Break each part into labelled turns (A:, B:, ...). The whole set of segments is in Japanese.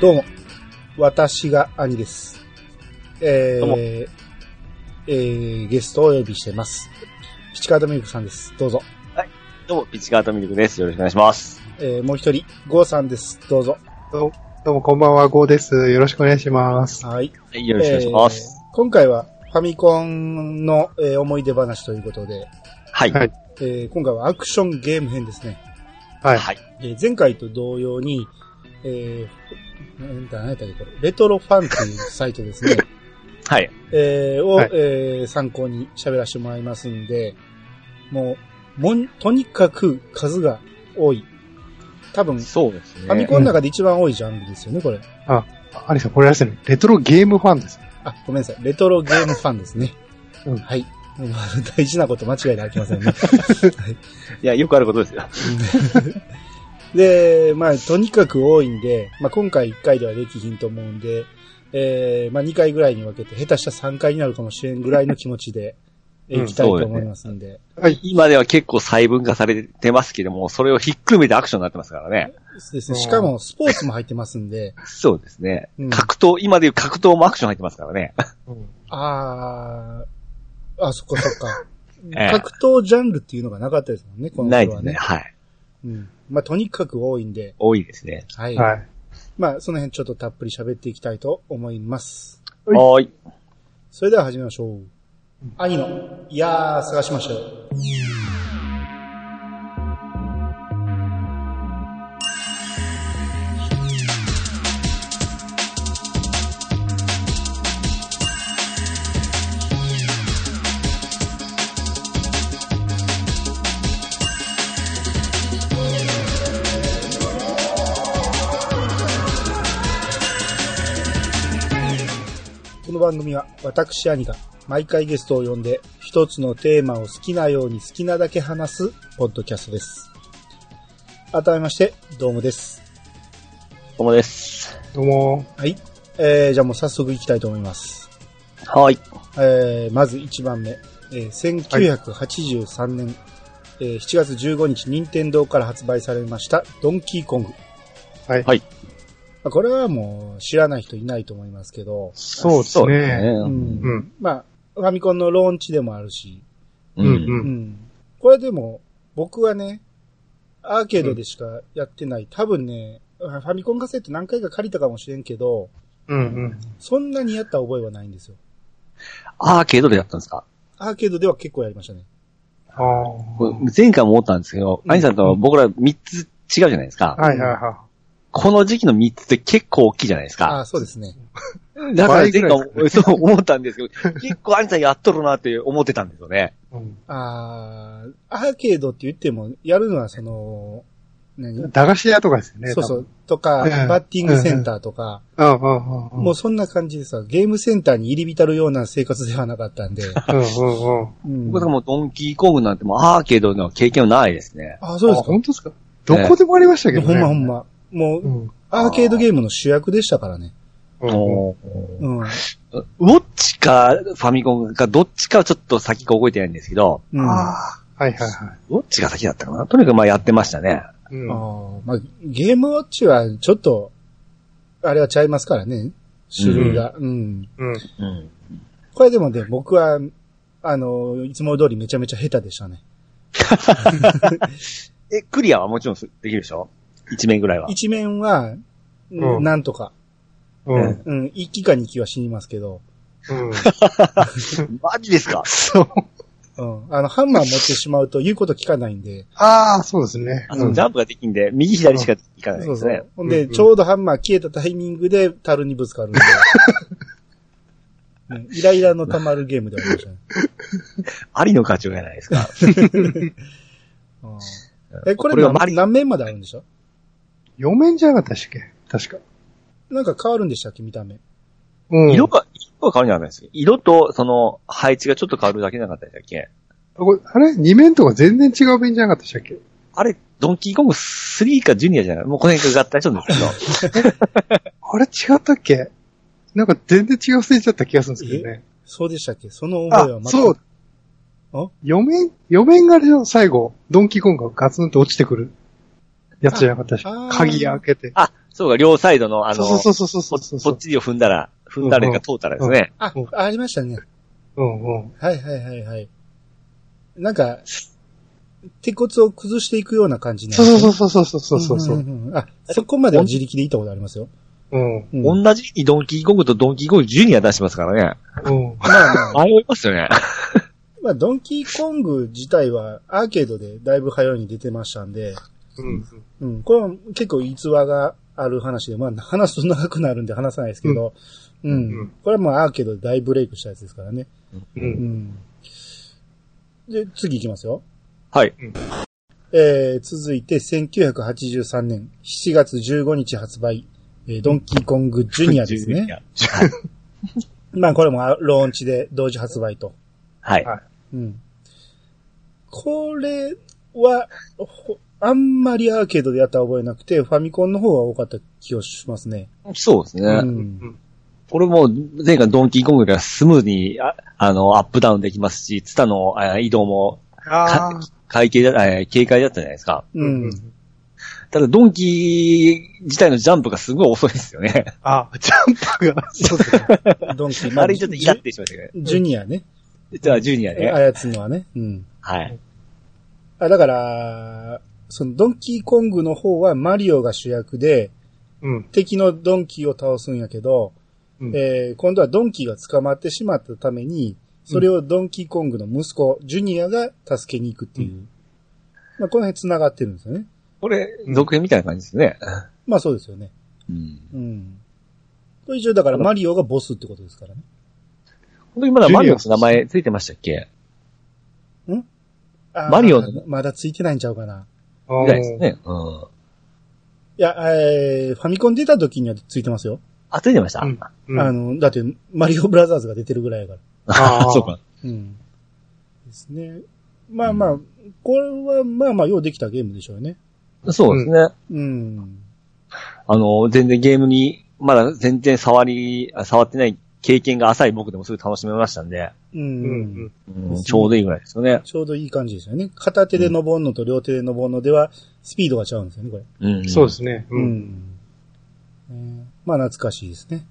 A: どうも、私が兄です。え
B: どうも
A: ー、えー、ゲストをお呼びしてます。ピチカートミルクさんです。どうぞ。
B: どうも、ピチカートミルクです。よろしくお願いします。
A: えー、もう一人、ゴーさんです。どうぞ。
C: どうどうも、こんばんは、ゴーです。よろしくお願いします。
A: はい。
B: はい、よろしくお願いします。
A: えー今回は、ファミコンの、えー思い出話ということで、
B: はい。
C: は
B: はいい。
A: えー今回はアクションゲーム編ですね。
C: はい。
A: えー前回と同様に、えー、なんだ、何やったっけ、これ、レトロファンというサイトですね。
B: はい。
A: えーを、
C: はい
A: えー参考に喋らせてもらいますんで、もう、もん、とにかく数が多い。多分、フ
B: そうですね。
A: ァミコンの中で一番多いジャンルですよね、これ。
C: あアリさん、これあれですね、レトロゲームファンです。
A: あ、ごめんなさい。レトロゲームファンですね。
C: うん
A: はい。もう大事なこと間違いでありませんね。
B: いや、よくあることですよ。
A: で、まあ、とにかく多いんで、まあ、今回1回ではできひんと思うんで、えー、まあ、2回ぐらいに分けて、下手したら3回になるかもしれんぐらいの気持ちで、えー
C: うん
A: いきたいと思いますんで。
C: はい。
B: 今では結構細分化されてますけども、それをひっくるめてアクションになってますからね。
A: そうですね。
C: うん
A: しかも、スポーツも入ってますんで、
B: そうですね。
A: うん
B: 格闘、今でいう格闘もアクション入ってますからね。。
C: うん
A: あー、あ、そっかそっか
B: ええ
A: 格闘ジャンルっていうのがなかったですもんね、この
B: ない
A: 頃
B: で
A: は
B: す
A: ね。
B: ね。はい。
A: うん。まあ、とにかく多いんで、
B: 多いですね。
A: はい。
C: はい。
A: まあ、その辺ちょっとたっぷり喋っていきたいと思います。
C: はい
B: はーい。
A: それでは始めましょう。兄の、いやー、探しましょう。この番組は、私兄が、毎回ゲストを呼んで、一つのテーマを好きなように好きなだけ話す、ポッドキャストです。改めまして、どうもです。
B: どうもです。
C: どうも。
A: はい。えー、じゃあもう早速いきたいと思います。
B: はーい。
A: えーまず1番目、えー1983年、えー7月15日、任天堂から発売されました、ドンキーコング。
C: はい
B: はい
A: まあこれはもう知らない人いないと思いますけど、
C: そうです
B: そうです
C: ね。
B: ね。
A: うん
C: うん。
A: まあ、ファミコンのローンチでもあるし、
C: う
B: う
C: ん。
B: ん。
A: う
C: うん。
A: んこれでも、僕はね、アーケードでしかやってない、多分ね、ファミコンカセット何回か借りたかもしれんけど、
C: うん。うん。
A: そんなにやった覚えはないんですよ。
B: アーケードでやったんですか
A: アーケードでは結構やりましたね。
C: ああ。
B: これ前回も思ったんですけど、
A: うん
B: アニさんと僕ら3つ違うじゃないですか。
C: はいはいは
B: この時期の3つって結構大きいじゃないです
A: あ
B: か。
A: あ、そうですね。
B: だから前回
C: 倍ぐらい
B: そう思ったんです けど、結構アニさんやっとるなって思ってたんですよね。
C: い。うん
A: あーアーケードって言っても、やるのはその、何
C: 駄菓子屋とかですよね。
A: そうそう
C: 多分。。
A: とか、
C: うん
A: バッティングセンターとか、
C: うんうんうん。
A: もうそんな感じでさ、ゲームセンターに入り浸るような生活ではなかったんで。
C: うん。うんうん。
A: うん
B: 僕はもうドンキーコングなんてもうアーケードの経験はないですね。
A: あ、そう
C: あ
A: ですか
C: 本当ですかどこでもありましたけど
A: ほ
C: ね。
A: んまほんま。も
C: う
A: う、
C: ん。
A: アーケードゲームの主役でしたからね。
C: うん。
A: うん。うん。
B: ウォッチかファミコンかどっちかはちょっと先か覚えてないんですけど、
A: あ
C: ああ。はいはいはい。
B: ウォッチが先だったかなとにかくまあやってましたね。
C: うん。は
A: ーまあ、ゲームウォッチはちょっと、あれはちゃいますからね。種類が。うん
B: うん。
A: これでもね、僕は、あの、いつも通りめちゃめちゃ下手でしたね。
B: え、クリアはもちろんすできるでしょ一面ぐらいは。
A: 一面は、
C: うん
A: なんとか。
C: うん。うん。
A: うん、一期か二期は死にますけど、
C: うん。
B: マジですか
C: そう。
A: うん。あの、ハンマー持ってしまうと言うこと聞かないんで、
C: ああ、そうですね。
B: あ
C: う
B: の、
C: ん
B: ジャンプができんで、右左しかいかない
A: そ
B: で
A: う
B: す
A: そ
B: ね
A: う。。ほんで、
C: うんうん
A: ちょうどハンマー消えたタイミングで樽にぶつか るんで、うん、イライラの溜まるゲームではありましたね。
B: ありの課長じゃないですか。
A: うんえ、これ
B: これが
A: 何
B: マリ
A: 何面まであるんでしょ
C: 4面じゃなかったっけ確か。
A: なんか変わるんでしたっけ見た目。
C: うん。
B: 色が、色が変わるんじゃないですか。色と、その、配置がちょっと変わるだけなかったでしたっけ
C: これあれ ?2 面とか全然違う面じゃなかったでしたっけ
B: あれ、ドンキーコング3かジュニアじゃないもうこの辺が合体したんですけど。
C: あれ違ったっけなんか全然違う線だった気がするんですけどね。
A: そうでしたっけその覚え
C: あ
A: は、
C: そ
A: く
C: う。。
A: あ
C: 4面、4面があれじゃん最後、ドンキーコングがガツンと落ちてくる。やつじゃなかったし
A: ああ、ー
C: 鍵開けて。
B: あ、そうか、両サイドの、あの、
C: そうそうそうそうそうそうそ
B: ぽっ
C: う。
B: ちりを踏んだら、踏んだれが通ったらですね。
A: あ
C: うん、
A: ありましたね。
C: うんうん。
A: はいはいはいはい。なんか、鉄骨を崩していくような感じにな
C: そ
A: る
C: うそうそうそうそうそうそうそ
A: ん
C: う。
A: んんあ、そこまでは自力で行ったことありますよ。
C: うん。
A: うん
B: 同じにドンキーコングとドンキーコングジュニア出してますからね。
C: うん。
A: まあまあ、
B: 迷いますよね。
A: まあ、ドンキーコング自体はアーケードでだいぶ早いに出てましたんで、う
C: うん。
A: ん、これは結構逸話がある話で、まあ話すと長くなるんで話さないですけど、うん、
C: うん
A: これはまあアーケードで大ブレイクしたやつですからね。
C: う。
A: うんん。で、次行きますよ。
B: はい。
A: えー、続いて1983年7月15日発売、えードンキーコングジュニアです
B: ジュ
A: ね
B: ニ。ア。
A: まあこれもあローンチで同時発売と。
B: はい。
A: うん。これは、ほあんまりアーケードでやった覚えなくて、ファミコンの方が多かった気がしますね。
B: そうです
A: う
B: ね。
A: ん。
B: これも、前回ドンキーコングよりはスムーズに、ああの、アップダウンできますし、ツタのあ移動も、
C: ああ。
B: 会計だ、えー軽快だったじゃないですか。
A: うん。
B: ただ、ドンキー自体のジャンプがすごい遅いですよね。
C: あ、ジャンプが。そうですね。
A: ドンキー、ま
B: あ
A: あ、
B: れ
A: ジ
B: ちょっとイラ
A: ュ
B: ってしましたけどね。
A: ジュニアね。
B: じゃあ、ジュニアね。
A: 操るのはね。うん。
B: はい。
A: あ、だから、そのドンキーコングの方はマリオが主役で、
C: うん。
A: 敵のドンキーを倒すんやけど、
C: うん
A: えー今度はドンキーが捕まってしまったために、それをドンキーコングの息子、ジュニアが助けに行くっていう。まあ、この辺繋がってるんですよね。
B: これ、続編みたいな感じですね。
A: まあそうですよね。
B: うん。
A: うん。これ以上だからマリオがボスってことですからね。
B: 本当にまだマリオの名前ついてましたっけ
A: あー
B: マリオの
A: まだついてないんちゃうかな。
C: あ
B: ぐらいですね。うん。
A: いや、えー、ファミコン出た時にはついてますよ。
B: あ、ついてました、
C: うん
A: あの、だって、マリオブラザーズが出てるぐらいやから。
C: あー
B: そうか。
A: うん。ですね。まあまあ、これはまあまあ、ようできたゲームでしょうね。
B: そうですね。
A: うん。
B: あの、全然ゲームに、まだ全然触り、あ触ってない経験が浅い僕でもすぐ楽しめましたんで、
A: うん。
C: うん。
B: うん
A: ですね
B: ちょうどいいぐらいですよね。
A: ちょうどいい感じですよね。片手で登るのと両手で登るのでは、スピードが違うんですよね、これ。
B: うん。
C: そうですね。う。
A: うんん。えーまあ、懐かしいですね。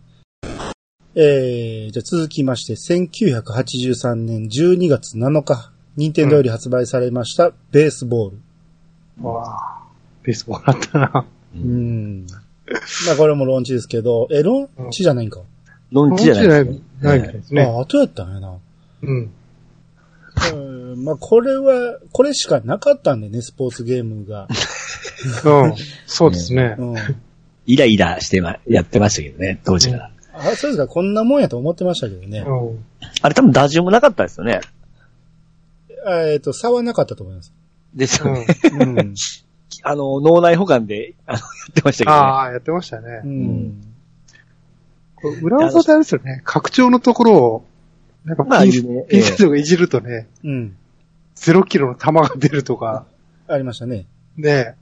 A: えー、じゃあ続きまして、1983年12月7日、任天堂より発売されました、ベースボール。
C: わあ。ベースボールあったな。
B: う。
A: うんん。まあ、これもローンチですけど、え、ローンチじゃないんか。
B: ロンチじゃないですね
C: ないみたいですね。
A: あ、後やったんやな。
C: うん。
A: うん、まあ、これは、これしかなかったんでね、スポーツゲームが。
C: うん。そうですね。
A: うん。
B: イライラして、ま、やってましたけどね、当時から。
A: あ、そうですか、こんなもんやと思ってましたけどね。
C: うん。
B: あれ多分打順もなかったですよね。
A: あえっ、と、差はなかったと思います。
B: ですよ
C: う
B: ね。
C: ん
A: うん。
B: あの、脳内保管で、あの、やってましたけどね。
C: ああ、やってましたね。
A: うん。
C: これ裏技ってあれですよね。拡張のところを、なんか
B: まあ、
C: ピン
B: い
C: セ
B: いね。
C: ピンセットがいじるとね、
A: うん。
C: 0キロの弾が出るとか、
A: ありましたね。
C: ね
B: いや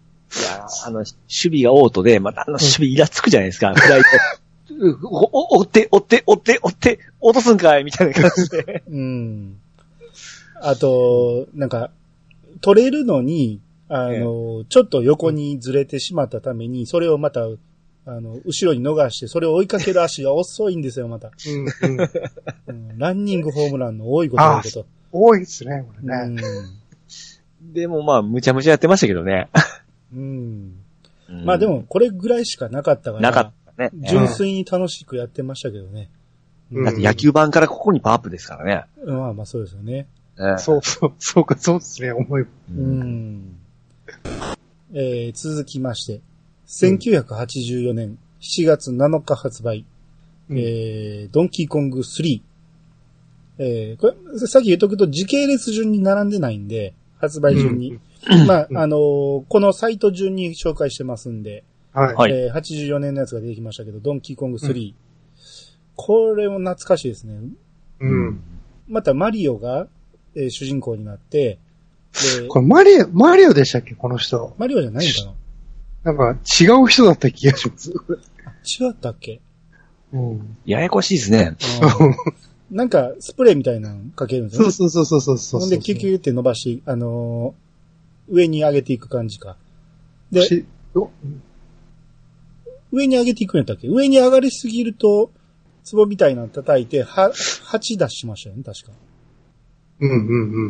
B: ーあの、守備がオートで、またあの守備イラつくじゃないですか、フライト。 お、お、追って、追って、追って、追って、落とすんかいみたいな感じで。
A: うん。あと、なんか、取れるのに、あの、ちょっと横にずれてしまったために、それをまた、あの、後ろに逃して、それを追いかける足が遅いんですよ、また。
C: うんうん。
A: うん、ランニングホームランの多いこと多いこと。
C: 多いですね、これね。
B: でもまあ、むちゃむちゃやってましたけどね。
A: うん。うん。まあでも、これぐらいしかなかった
B: う
A: か
B: ん、
A: ら。
B: なかったね。
A: 純粋に楽しくやってましたけどね。
C: うん
B: だって野球版からここにパワーアップですからね。
A: まあまあそうですよね。
B: ね
C: そうそう、そうか、そうですね、思い。
A: う。ん。えー、続きまして、1984年7月7日発売、
C: うん
A: えー、ドンキーコング3。えー、これ、さっき言っとくと時系列順に並んでないんで、発売順に。まあ、あのーこのサイト順に紹介してますんで、
C: はい。
B: はい
A: えー、84年のやつが出てきましたけど、ドンキーコング3。これも懐かしいですね。
C: うん。
A: またマリオが、えー主人公になって、で、
C: これマリオ、マリオでしたっけこの人。
A: マリオじゃないのか
C: なんか違う人だった気がします。
A: な違ったっけ
C: うん。
B: ややこしいですね。
A: なんか、スプレーみたいなのかけるんですよ
C: そう
A: ね。
C: そうそうそうそうそう。
A: ほんで、キュキュって伸ばし、あのー上に上げていく感じか。で、
C: しお
A: 上に上げていくんやったっけ上に上がりすぎると、壺みたいなの叩いて、は、8出しましたよね、確か。
C: うんうん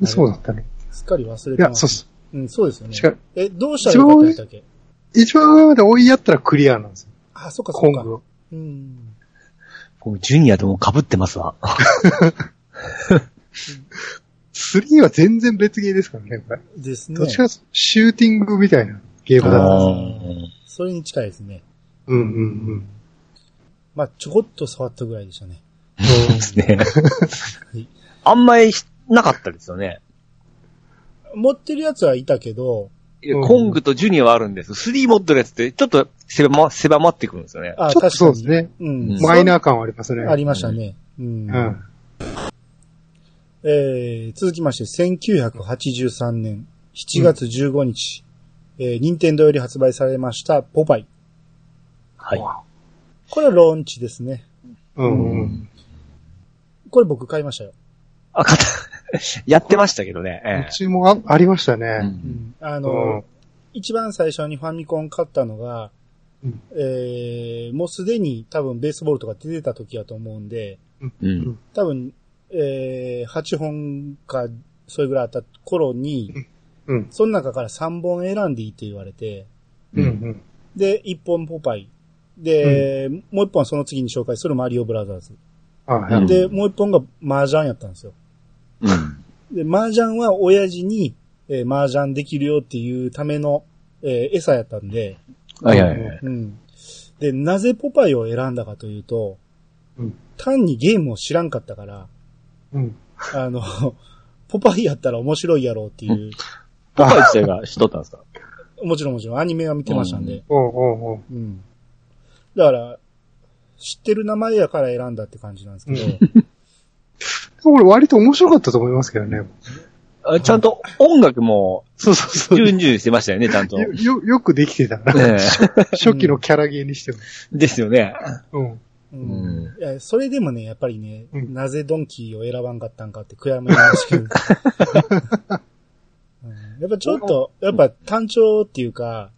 C: うん。そうだったね。
A: すっかり忘れ
C: い
A: て
C: や、
A: ま
C: そう
A: す。
C: っす。
A: うん、そうですよ
C: 違
A: ね
C: う。
A: え、どうしたらよかったんやったっけ
C: 一番上まで追いやったらクリアなんですよ。
A: あ、そっかそ
C: コン
A: っか。
C: グを。
A: うん。
B: 僕、ジュニアとも被ってますわ。
C: 3は全然別ゲーですからね、これ。
A: ですね
C: どっ。ちかというとシューティングみたいなゲームだな。
B: あ
A: ーそれに近いですね。
C: うんうんうん。
A: まあ、ちょこっと触ったぐらいでしたね。
B: です ね。あんまりしなかったですよね。
A: 持ってるやつはいたけど、
B: いや
C: うん
B: コングとジュニアはあるんです。3持ってるやつって、ちょっと狭ま、狭まってくるんですよね。
A: あ、
C: ち
A: 確
C: ょっと
A: か
C: そうで
A: に
C: す。ね。
A: うん。
C: マイナー感はありますね。
A: ありましたね。うん。
C: うん。
A: えー続きまして、1983年7月15日、えー任天堂より発売されました、ポパイ。
B: はい。
A: これはローンチですね。
C: うんうん。
A: これ僕買いましたよ。
B: あ、かた、 やってましたけどね。え
C: うちもあありました
B: えう
C: ね。
B: ん
A: あ
C: う
A: の、
C: ん。
A: 一番最初にファミコン買ったのが、
C: うん
A: えーもうすでに多分ベースボールとか出てた時やと思うんで、
B: うん
A: 多分、えー8本か、それぐらいあった頃に、
C: うん。
A: その中から3本選んでいいって言われて、
C: うんうん。
A: で、1本ポパイ。で、もう1本その次に紹介するマリオブラザーズ。
C: あなるほど
A: で、もう1本が麻雀やったんですよ。
B: うん
A: で、麻雀は親父に、えー麻雀できるよっていうための、えー餌やったんで、
B: はいはいはい。
A: うん。で、なぜポパイを選んだかというと、
C: うん
A: 単にゲームを知らんかったから、
C: うん。
A: あの、 ポパイやったら面白いやろうっていう、
B: ポパイ自体がしとったんですか
A: もちろんもちろんアニメは見てましたんで、
C: おうおうおう。
A: うん。だから、知ってる名前やから選んだって感じなんですけど、
C: これ割と面白かったと思いますけどね。
B: あちゃんと音楽も、
C: そうそうそう。
B: 順々してましたよね、ちゃんと。
C: よ、よ、よくできてたな。
B: え
C: 初期のキャラゲーにしても。
B: え ですよね。
C: うん。
A: う
B: うんん
A: いやそれでもね、やっぱりね、
C: うん
A: なぜドンキーを選ばんかったんかって悔やまれましたけど。う んやっぱちょっと、やっぱ単調っていうか、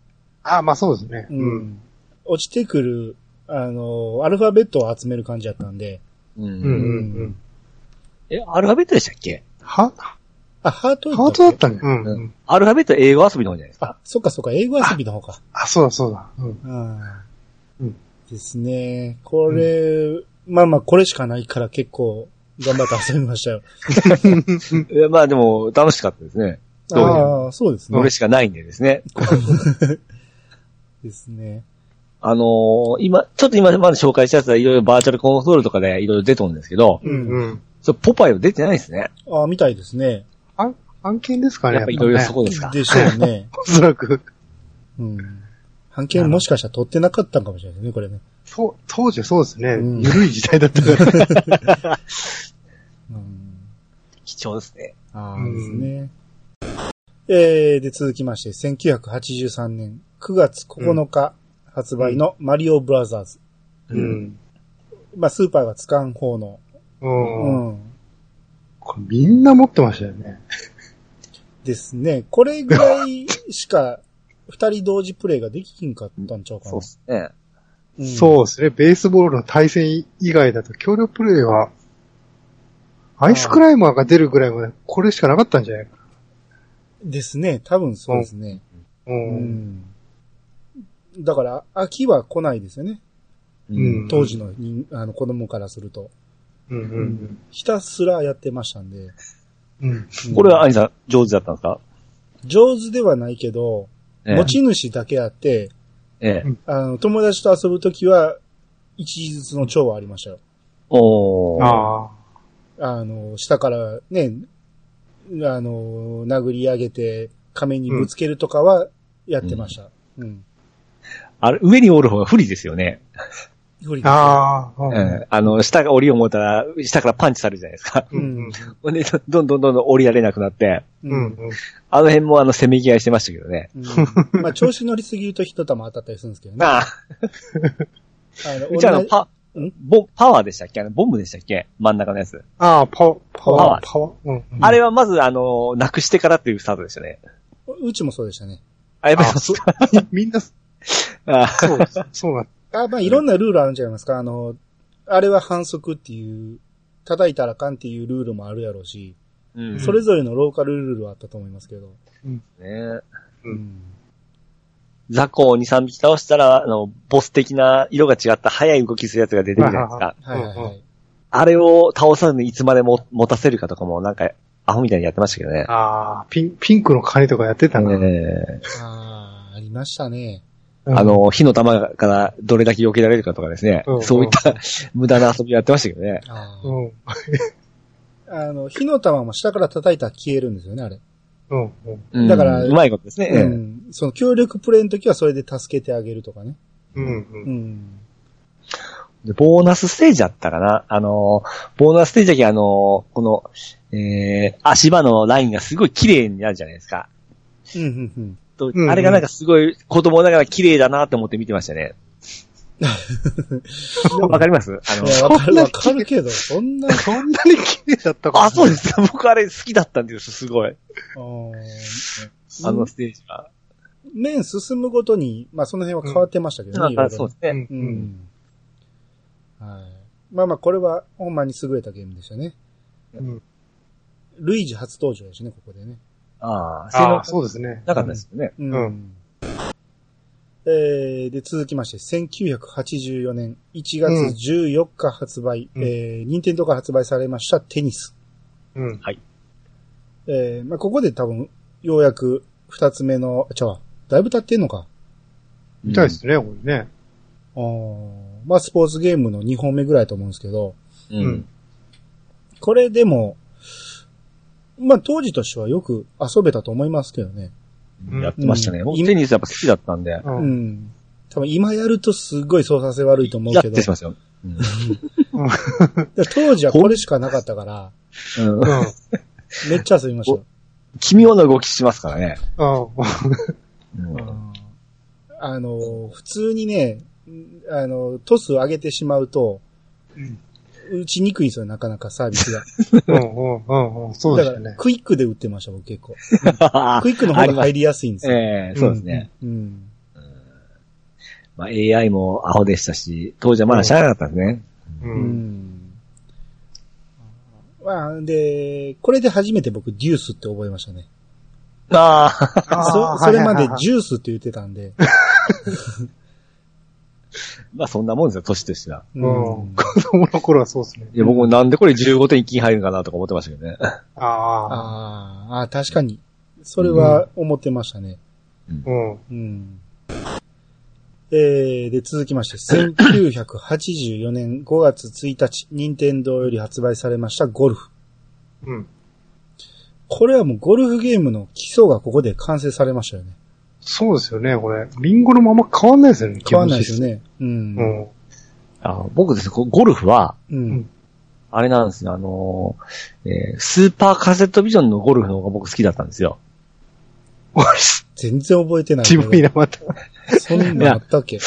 C: ああ、まあそうですね。
A: うん。落ちてくる、あの、アルファベットを集める感じだったんで、
B: う
C: うんうん
B: ん
C: うん。
B: え、アルファベットでしたっけ
C: は、
A: あ、ハート
C: ハートだっ
A: った
C: たね。うんうん。
B: アルファベットは英語遊びの方じゃないですか。
A: あ、そっかそっか、英語遊びの方か。
C: あ、そうだそうだ。うん。
A: あー
C: うん
A: ですね。これ、まあまあ、これしかないから結構、頑張って遊びましたよ。
B: えまあでも、楽しかったですね。 そうね
A: ああ、そうです
B: これ
A: ね。
B: しかないんでですね。
A: ですね。
B: あのー今、ちょっと今まで紹介したやつはいろいろバーチャルコンソールとかでいろいろ出とるんですけど、
C: うんうん。
B: そうポパイは出てないですね。
A: ああ、みたいですね。
C: 案件ですかね。
B: やっぱいろいろそ
C: こ。
B: こですか。
A: でしょう ね。
C: おそらく。
A: うん。判件もしかしたら取ってなかったんかもしれないですね、これね。
C: と当時はそうですね。
A: うん
C: 緩い時代だったから。
A: うん。
B: 貴重ですね。
A: あ
C: う
A: あ、
C: ん
A: ですね。えー、で、続きまして、1983年9月9日発売のマリオブラザーズ。
C: うん。
A: まあ、スーパーが使う方の。う
C: うん。
A: ん。
C: これみんな持ってましたよね。
A: ですね。これぐらいしか、二人同時プレイができひんかったんちゃうかな。
B: そうですね。
A: うん
C: そうですね。ベースボールの対戦以外だと協力プレイは、アイスクライマーが出るぐらいまでこれしかなかったんじゃないか
A: ですね。多分そうですね。
C: な。
A: う
C: う。
A: んん。だから、秋は来ないですよね。
B: う
C: うん
A: 当時の人あの子供からすると。
C: うんうん
A: ひたすらやってましたんで。
C: うん。うん。
A: うん
B: これは、アニさん、上手だったんですか
A: 上手ではないけど、
B: ええ
A: 持ち主だけあって、
B: ええ。
A: あの、友達と遊ぶときは、一日ずつの蝶はありましたよ。
B: おー。
C: あ
A: あの、下からね、あの、殴り上げて、亀にぶつけるとかはやってました。うん。
B: あれ、上におる方が不利ですよね。
A: 不利
C: あ。ああ。
B: ええあの、下が降りよう思ったら、下から パンチされるじゃないですか。
C: うんうん
B: ほんで、どんどんどんどん降りられなくなって、
A: う。
C: うんんうん。
B: あの辺もあの、せめぎ合いしてましたけどね。
A: うんまあ、調子乗りすぎると一玉当たったりするんですけどね。
B: なあ、
A: あの
B: うちあ
A: 同
B: の、
A: じ
B: パ、
A: ん
B: ボ、パワーでしたっけあの、ボムでしたっけ真ん中のやつ。
C: ああ、パワー、パワー、
B: パ
C: パワー。うん。
B: あれはまず、あの、なくしてからっていうスタートでしたね。
A: うちもそうでしたね。
B: あ、やっぱり
C: あ
B: そ
C: そううみん な、そ
B: あ
C: う、そうなん
A: あ、まあ、いろんなルールあるんじゃないですか。あの、あれは反則っていう、叩いたらあかんっていうルールもあるやろうし、
B: うん。
A: それぞれのローカルルールはあったと思いますけど。
B: ね。
C: う
B: 雑魚を2、3匹倒したら、あの、ボス的な色が違った速い動きするやつが出てくるじゃないですか。
A: はいはいはい。
B: あれを倒さずにいつまでも持たせるかとかもなんか、アホみたいにやってましたけどね。
C: ああ、ピン、ピンクの鐘とかやってたね。
B: ねえ
A: ああ、ありましたね。
C: うん
B: あ、の、火の玉からどれだけ避けられるかとかですね。
C: うん
B: そういった無駄な遊びやってましたけどね。
A: あー
C: うん。
A: あの、火の玉も下から叩いたら消えるんですよね、あれ。
C: うん。うん
B: うん
A: だから
B: うまいことですね。
A: う
B: うん
A: ん。その協力プレイの時はそれで助けてあげるとかね。
C: うん。う。
A: うんん。
B: でボーナスステージだったかな。あの、ボーナスステージだけあの、この、えー、足場のラインがすごい綺麗になるじゃないですか。
A: うん、うん、うん。
B: と
C: んうん
B: あれがなんかすごい子供ながら綺麗だなと思って見てまし たね。わかりますあの
A: い、や、わかる、わかるけど、そんな、
C: そんなに綺麗だったか
B: あ、そうです。僕あれ好きだったんですよ、すごい。
A: あー
B: あのステージは。
A: 面進むごとに、まあその辺は変わってましたけどね、
B: なん
A: いろい
B: か
A: ろ
B: そうです
C: う
B: ね。
C: ん。うん。
A: うんはい。まあまあ、これは、ほんまに優れたゲームでしたね。
C: うん
A: ルイージ初登場ですね、ここでね。
B: ああ、性
C: あ
B: 能
C: あ、そうですね。
B: なかったですよね。
A: う
C: うん
A: えーで、続きまして、1984年1月14日発売、
C: うん
A: えー、任天堂から発売されましたテニス。
C: うん。
A: えーまあここで多分、ようやく二つ目の、ちゃうわだいぶ経ってんのか。
C: みたいですね、これね。
A: あーまあスポーツゲームの2本目ぐらいだと思うんですけど、
B: うん。うん。
A: これでも、まあ当時としてはよく遊べたと思いますけどね。
C: うん
B: やってましたね。
A: うん
B: 僕テニスやっぱ好きだったんで。
C: う。
A: うんん。多分今やるとすごい操作性悪いと思う
B: やっ
A: けど
B: て、しますよ。うん。
A: だから当時はこれしかなかったから、
B: うん
C: うん。
A: めっちゃ遊びました。
B: 奇妙な動きしますからね。
C: あ
B: うん
A: あの、普通にね、あの、トスを上げてしまうと、
C: うん
A: 打ちにくいんですよ、なかなかサービスが。
C: うん。うん。うん。うん。 そうで
A: だ
C: し
A: か
C: た
A: ら、
C: ね。
A: クイックで打ってました、僕結構。
B: あ
A: クイックの方が入りやすいんですよ。
B: ええそうですね。
A: うん。うん
B: まあ AI もアホでしたし、当時はまだ知らなかったですね。
C: う。
A: うんん。まあ、で、これで初めて僕、デュースって覚えましたね。
B: あ
A: そ
B: あ、
A: それまで
C: はいはいはい
A: ジュースって言ってたんで。
B: まあそんなもんですよ、年としては。
A: うん。
C: 子供の頃はそうですね。
B: いや、僕もなんでこれ15点金入るんかなとか思ってましたけどね。
C: ああ。
A: あーあー、確かに。それは思ってましたね。
C: うん。
A: うん。えー、で、続きまして、1984年5月1日、任天堂より発売されましたゴルフ。
C: うん。
A: これはもうゴルフゲームの基礎がここで完成されましたよね。
C: そうですよね、これ。リンゴのまま変わんないですよね、
A: 変わんないです
C: ね。
A: よね。うん。
C: うん。
B: あ僕ですね、こゴルフは、
A: うん。
B: あれなんですよ、あのーえースーパーカセットビジョンのゴルフの方が僕好きだったんですよ。
A: 全然覚えてない。
C: 渋いな、また。
A: そんなんあったっけ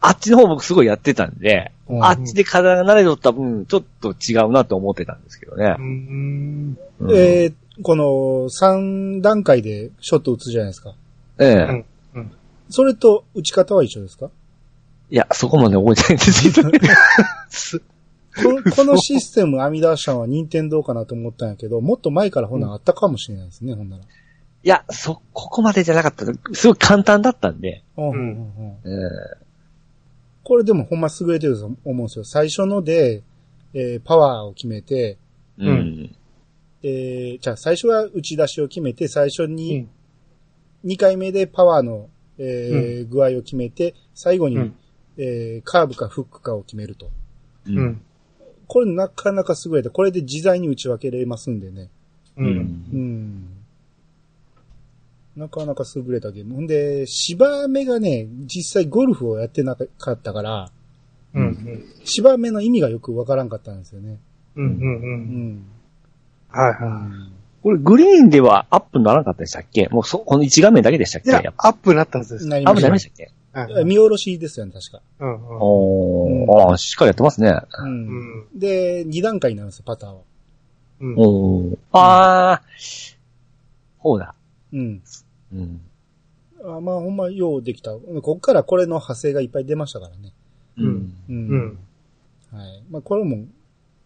B: あっちの方僕すごいやってたんで、
A: うん
B: あっちで体が慣れとった分、ちょっと違うなと思ってたんですけどね
C: う。ん。
B: うんえ
A: えー、この3段階でショット打つじゃないですか。
B: え
A: それと打ち方は一緒ですか
B: いや、そこまで覚えてないんですけど。
A: こ のこのシステム編み出したのは任天堂かなと思ったんやけど、もっと前からほんならあったかもしれないですね、ほんなら。
B: いや、そ、ここまでじゃなかった。すごい簡単だったんで。
A: うん
C: ん
A: うんうん
B: ええ
A: これでもほんま優れてると思うんですよ。最初ので、えーパワーを決めて、
B: う。
C: うん
A: えーじゃあ最初は打ち出しを決めて、最初
C: う
A: に
C: ん
A: 2回目でパワーの、えー具合を決めて、最後に、
C: うん
A: えーカーブかフックかを決めると。
B: う。
C: うんん。
A: これなかなか優れて、これで自在に打ち分けれますんでね。
C: う。
B: うん。
A: うんん。なかなか優れたゲーム。ほんで、芝目がね、実際ゴルフをやってなかったから、
C: うん。
A: 芝目の意味がよくわからんかったんですよね。
C: うん。うん。う。
A: うんん。
C: はいは
B: これ、グリーンではアップにならなかったでしたっけもう、そ、この1画面だけでした
C: い。
B: っ
C: い
B: けや
C: や
B: っ、ぱ
C: アップなったはずです。
A: なり
B: ア
A: ま
B: ップ
A: し
B: じゃ
A: た
B: な
A: ね
B: いでしたっけ
A: 見下ろしですよね、確か。
C: うん。うん。
B: お
A: う
B: ー、あーしっかりやってますね。
A: う。
C: うんん。
A: で、2段階になるんですよ、パターンは。
C: うん。
B: おー。あー。ほうだ。
A: うん。
B: うん。
A: あまあほんまようできた。うんこっからこれの派生がいっぱい出ましたからね。
C: うん
A: う。
C: うんん。
A: はい。まあこれも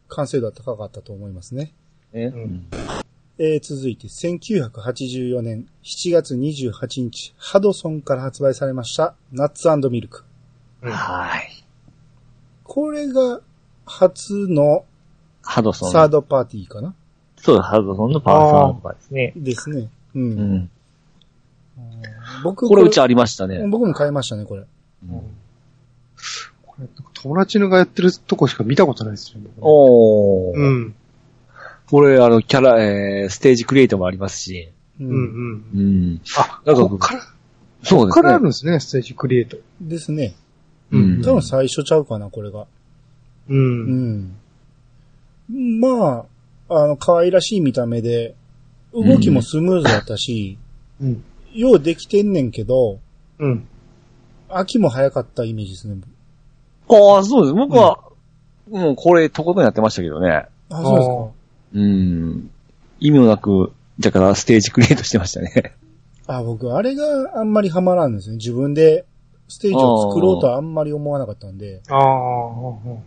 A: 完成度は高かったと思いますね。
B: ね
C: うん
A: えー続いて1984年7月28日、ハドソンから発売されました、ナッツミルク。
C: うん
B: はい。
A: これが初の
B: ハドソン。
A: サードパーティーかな
B: そう、ハドソンのパーサーとかですね。
A: ですね。う。
B: うんん。
A: 僕
B: これうちありましたね。
A: 僕も買いましたね、これ。
B: うん
C: これなんか友達のがやってるとこしか見たことないですよね。
B: おー。
C: うん。
B: これ、あの、キャラ、えー、ステージクリエイトもありますし。
A: う。
C: うんん
B: うん。
C: あ、
B: なんか
C: こっから、
B: そう
C: こっ
B: で
C: か
B: すね。
C: らあるんですね、ステージクリエイト。
A: ですね。
B: うん
A: 多分最初ちゃうかな、これが。
C: う。
A: うんん。まあ、あの、可愛らしい見た目で、動きもスムーズだったし、
C: うん。
A: ようできてんねんけど、
C: うん。
A: 秋も早かったイメージですね。
B: ああ、そうです。僕は、もうこれ、とことんやってましたけどね。
A: あ、そうですか。
B: うん。意味もなく、だからステージクリエイトしてましたね。
A: あ、僕、あれがあんまりハマらんですね。自分でステージを作ろうとはあんまり思わなかったんで、
C: ああ。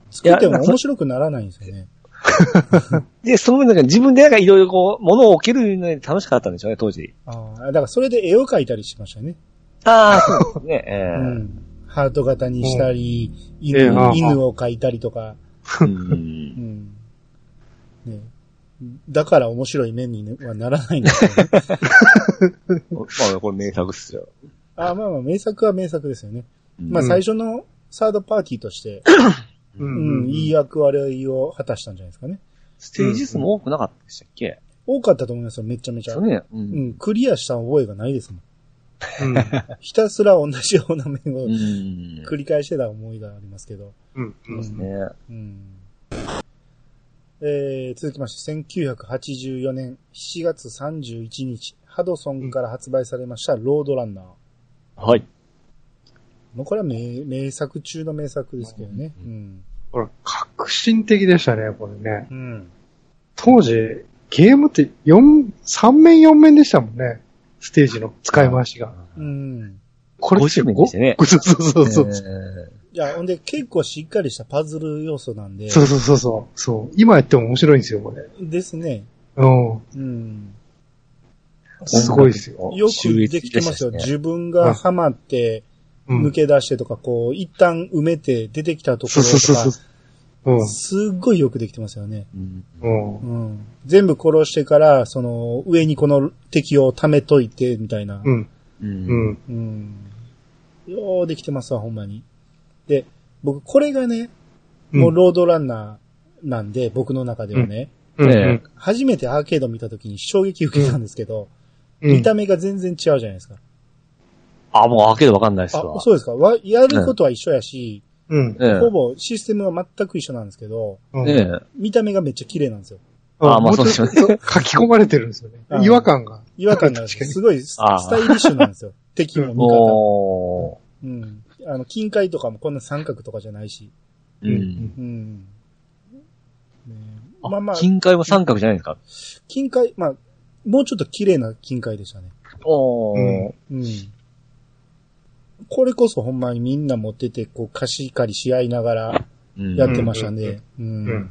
A: 作って
B: い
A: も
B: や
A: 面白くならないんですよね。
B: で、その分、なんか自分でなんかいろいろこう、物を置けるのに楽しかったんでしょうね、当時。
A: ああ、だからそれで絵を描いたりしましたね。
B: ああ、そうですね。
A: う
B: ええ
A: ん。ハート型にしたり、
C: ええ
A: 犬
C: ああ
A: 犬を描いたりとか。
B: うん
A: う。ん。ね。だから面白い面にはならないんですよ ね。
B: まあ、これ名作っすよ。
A: あまあまあ、名作は名作ですよね。
B: うん
A: まあ
C: うん
A: 最初のサードパーティーとして、
C: う。
A: うんん、いい役割を果たしたんじゃないですかね。
B: ステージ数も多くなかったでしたっけ、
A: 多かったと思いますよ、めちゃめちゃ
B: そう。ね。う。
A: うんん、クリアした覚えがないですもん。
C: うん。
A: ひたすら同じような面
B: う
A: を
B: ん。
A: 繰り返してた思いがありますけど。
C: うん。うん
A: うん
B: ね
A: うんえー続きまして、1984年7月31日、ハドソンから発売されました、ロードランナー。
B: はい。
A: もうこれは名名作中の名作ですけどね。うん。
C: ほら、革新的でしたね、これね。
A: うん。
C: 当時、ゲームって4、3面4面でしたもんね。ステージの使い回しが。
A: うん。
C: これって
B: 50面でしたね
C: そうそうそうそう。
A: いや、ほんで結構しっかりしたパズル要素なんで。
C: そうそうそうそう。そう。今やっても面白いんですよ、これ。
A: ですね。
C: うん。
A: うん。
C: すごいですよ。
A: よくできてますよ。自分がハマって、
C: うん
A: 抜け出してとか、こう、一旦埋めて出てきたとこ
C: そう
A: ろ
C: そう
A: と
C: そう
A: か、
C: そう。
A: すっごいよくできてますよね。
B: うん。
C: うん。うん。
A: うん。全部殺してから、その、上にこの敵を溜めといて、みたいな。
C: うん。
B: う。
C: うんん。
A: うん。ようできてますわ、ほんまに。で、僕、これがね、
C: うん
A: もうロードランナーなんで、僕の中ではね、
C: うん。
B: え
A: 初めてアーケード見た時に衝撃受けたんですけど、
C: うん
A: 見た目が全然違うじゃないですか。
B: あ、もう開けどわかんないっす
A: あ
B: わ。
A: そうですか。わやることは一緒やし、
C: うん。
B: ええ
A: ほぼシステムは全く一緒なんですけど、
C: うん
B: ええ
A: 見た目がめっちゃ綺麗なんですよ。
B: あまあそうですよね。
C: もちょっと書き込まれてるんですよね
A: うん。
C: 違和感が。
A: 違和感がある
C: 確かに
A: すごいス
B: あー
A: スタイリッシュなん ですよ。敵も味方も。
B: お
A: うん。あの、近海とかもこんな三角とかじゃないし。
B: ー。うん。
A: うん。ね
B: あ
A: まあまあ、
B: 近海も三角じゃないですか。
A: 近海、まあ、もうちょっと綺麗な近海でしたね。
B: おー。
A: うん。これこそほんまにみんな持ってて、こう、貸し借りし合いながら
B: うん
A: やってましたね。う
C: うんん。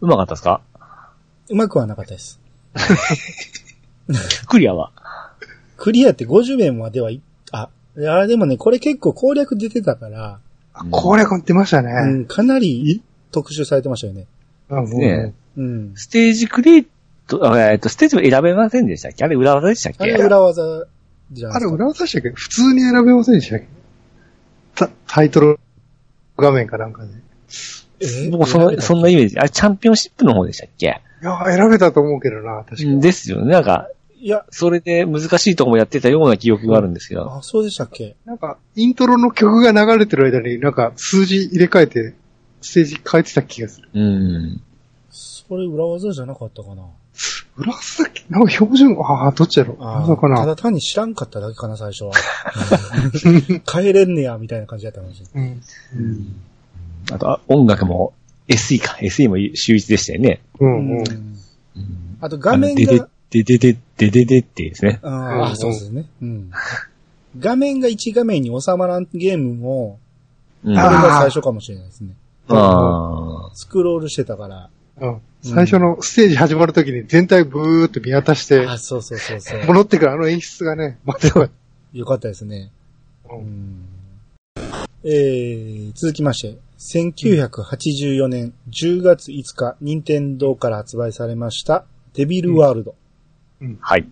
B: うまかったですか
A: うまくはなかったです。
B: クリアは。
A: クリアって50面まではい、あ、いやでもね、これ結構攻略出てたから、
C: あ攻略出ました
A: う
C: ね。
A: ん、かなり特集されてましたよね。
C: あもう
B: ね
A: うん。
B: ステージクリエイト、あえっと、ステージも選べませんでしたっけあれ裏技でしたっけ
A: あれ裏技じゃな
C: あ
A: いです
C: れ
A: か。
C: 裏技でしたっけ普通に選べませんでしたっけタタイトル画面かなんかで。い
A: え
B: 僕その、そんなイメージ。あれチャンピオンシップの方でしたっけ
C: や、選べたと思うけどな、確かに。
B: ですよね。なんか、
A: いや、
B: それで難しいとこもやってたような記憶があるんですけど。
A: あ、そうでしたっけ
C: なんか、イントロの曲が流れてる間になんか数字入れ替えて、ステージ変えてた気がする。
B: うん。
A: それ裏技じゃなかったかな。
C: 裏技だっけなんか標準、ああ、どっちやろう
A: あ
C: 裏技か
A: た
C: な。
A: だ単に知らんかっただけかな、最初は。帰れんねや、みたいな感じだったかもしれない。
C: うん。うん。
B: あと、あ音楽も SE か。SE も秀逸でしたよね。
C: うん。うん。
A: あと画面
B: あのデ
A: が
B: デ、ででででででってですね。
A: あー
C: うん
A: そうですね。うん。画面が1画面に収まらんゲームも、
B: うん。
A: これ
B: あ
A: が最初かもしれないですね。
B: あ。
A: スクロールしてたから。
C: うん最初のステージ始まるときに全体ブーっと見渡して、
A: あ、そうそうそうそう。
C: 戻ってくるあの演出がね、またよかっ
A: よかったですね。
C: た
A: う。んえー、続きまして、1984年10月5日、任天堂から発売されました、デビルワールド。
B: はい。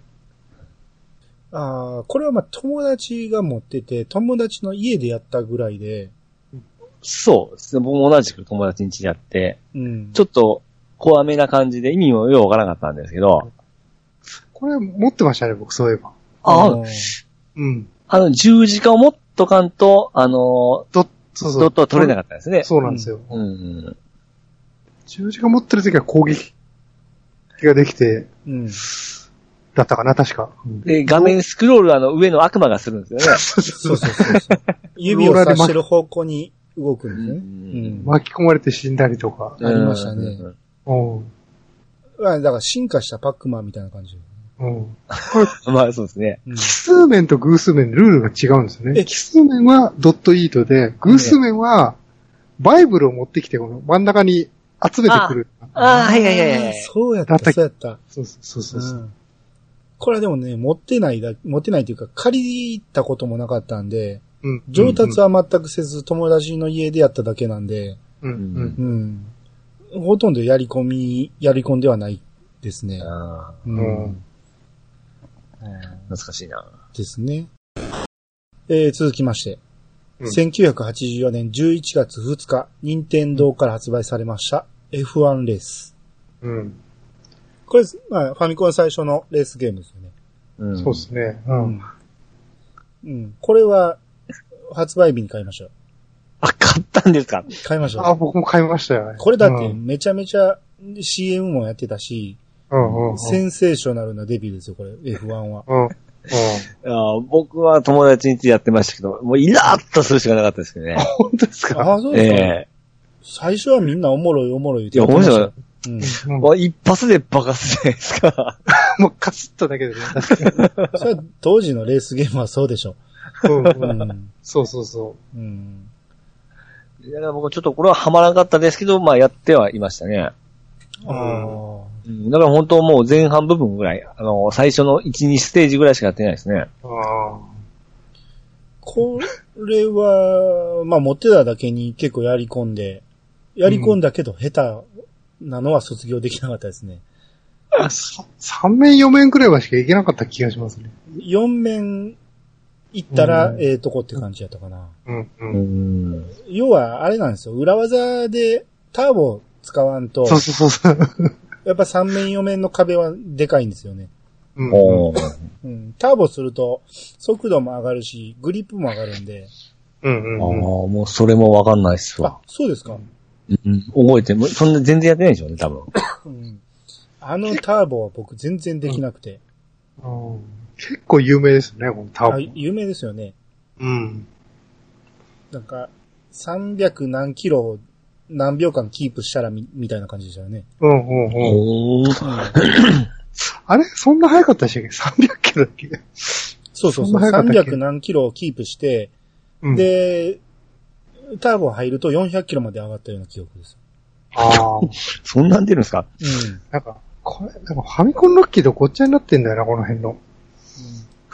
A: あーこれはまあ友達が持ってて、友達の家でやったぐらいで、
B: そうですね。僕も同じく友達に家でやって、
A: うん。
B: ちょっと、怖めな感じで意味もようわからなかったんですけど、
C: これ持ってましたね、僕そういえば。
A: あ
B: あ
A: の
C: うん。
B: あの、十字架をもっとかんと、あの
C: ドッ、そう
B: ー、
C: そ
B: ドッ
C: う。
B: トは取れなかったですね。
C: そうなんですよ。
B: うん。
C: 十字架持ってるときは攻撃ができて、
A: うん。
C: だったかな、確か。うん
B: で、画面スクロールあの上の悪魔がするんですよね。
A: そうそうそうそう。 指を指してる方向に動くんですね。うん。
C: 巻き込まれて死んだりとか。
A: ありましたね
B: うん
C: うん。
A: あだから進化したパックマンみたいな感じ。
C: うん。
B: まあそうですね。
A: うん
C: 奇数面と偶数面でルールが違うんですよ
A: え
C: ね。奇数面はドットイートで、偶数面はバイブルを持ってきて、この真ん中に集めてくる。
B: ああ、はいはいはいは
A: あー
B: い。
A: そうやっ
C: だ
A: た、
C: った
A: そうやった。
C: そうそうそうそう。
A: うんこれはでもね、持ってないだ、持ってないというか、借りたこともなかったんで、
C: うん
A: 上達は全くせず、友達の家でやっただけなんで、
C: うんうん
A: うん。ほとんどやり込み、やり込んではないですね。
B: あ
A: う
C: うんん。
B: あ、難しいな。
A: ですね。えー、続きまして。
C: うん
A: 1984年11月2日、任天堂から発売されました、F1 レース。
C: うん。
A: これ、まあ、ファミコン最初のレースゲームですよね。
B: うん
C: そうですね。う。
A: うんん。うん。これは、発売日に買いましたよ。
B: あ、買ったんですか
A: 買いました
C: あ、
A: よ。
C: 僕も買いましたよね。
A: これだって、
C: うん
A: めちゃめちゃ CM もやってたし、
C: うんうんうん。
A: センセーショナルなデビューですよ、これ、F1 は。
C: うん。うん。
B: あ僕は友達にやってましたけど、もうイラーっとするしかなかったですけどね。
C: 本当ですか
A: ああ、そう
B: え
A: ですか、
B: え
A: 最初はみんなおもろいおもろい
B: いや、面白い。
A: い。うん。
C: うん
B: もう一発で爆発じゃないですか。
C: もうカスッとだけでね。
A: それは当時のレースゲームはそうでしょ。
C: うん
A: う
C: うん
A: ん。
C: そうそうそ
A: うん。
B: いや、僕ちょっとこれはハマらなかったですけど、まあやってはいましたね。
A: ああ。
B: うんだから本当もう前半部分ぐらい、あの、最初の1、2ステージぐらいしかやってないですね。
C: う。あ
A: これは、まあ持ってただけに結構やり込んで、やり込んだけど下手なのは卒業できなかったですね。
C: あ。3面4面くらいはしかいけなかった気がしますね。
A: 4面行ったら、
C: うん
A: ええとこって感じやったかな。
C: うんう。
B: うんん。
A: 要は、あれなんですよ。裏技でターボ使わんと、
C: そうそうそうそう。
A: やっぱ3面4面の壁はでかいんですよね。
C: うん
B: おー
A: うん。ターボすると、速度も上がるし、グリップも上がるんで。
C: うん
B: あー
C: うんうん。
B: もうそれもわかんないっす
A: あ。、
B: わ
A: そうですか。
B: うん、覚えても、そんな全然やってないでしょうね、 多分。
A: うん。あのターボは僕全然できなくて。
C: うん結構有名ですね、このター
A: あ
C: ボ。
A: 有名ですよね。
C: うん。
A: なんか、300何キロを何秒間キープしたらみ、みたいな感じでしたよね。
C: うんうんうん。
B: おー
C: あれそんな速かったでしたっけ ?300 キロだっけ
A: そうそう
C: そん
A: そう。
C: な速かったっけ
A: 300何キロをキープして、
C: うん、
A: で、ターボ入ると400キロまで上がったような記憶です。
C: ああ。
B: そんなん出るんですか
A: うん。
C: なんか、これ、なんかファミコンロッキーとごっちゃになってんだよな、この辺の。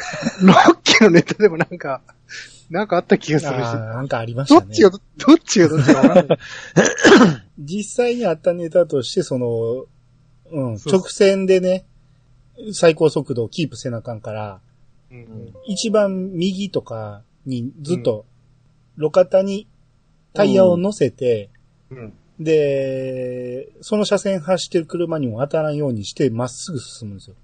C: ロッキーのネタでもなんか、なんかあった気がす
A: あ
C: る
A: ー
C: し。
A: なんかありまし
C: ど
A: た
C: っちが
A: ね。
C: ど、どっちがどっちかわかんない。
A: 実際にあったネタとして、その、うん、
C: そうそう
A: 直線でね、最高速度をキープせなあかんから、
C: うん
A: 一番右とかにずっと、路肩にタイヤを乗せて、
C: うん。
A: で、その車線走ってる車にも当たらんようにして、まっすぐ進むんですよ。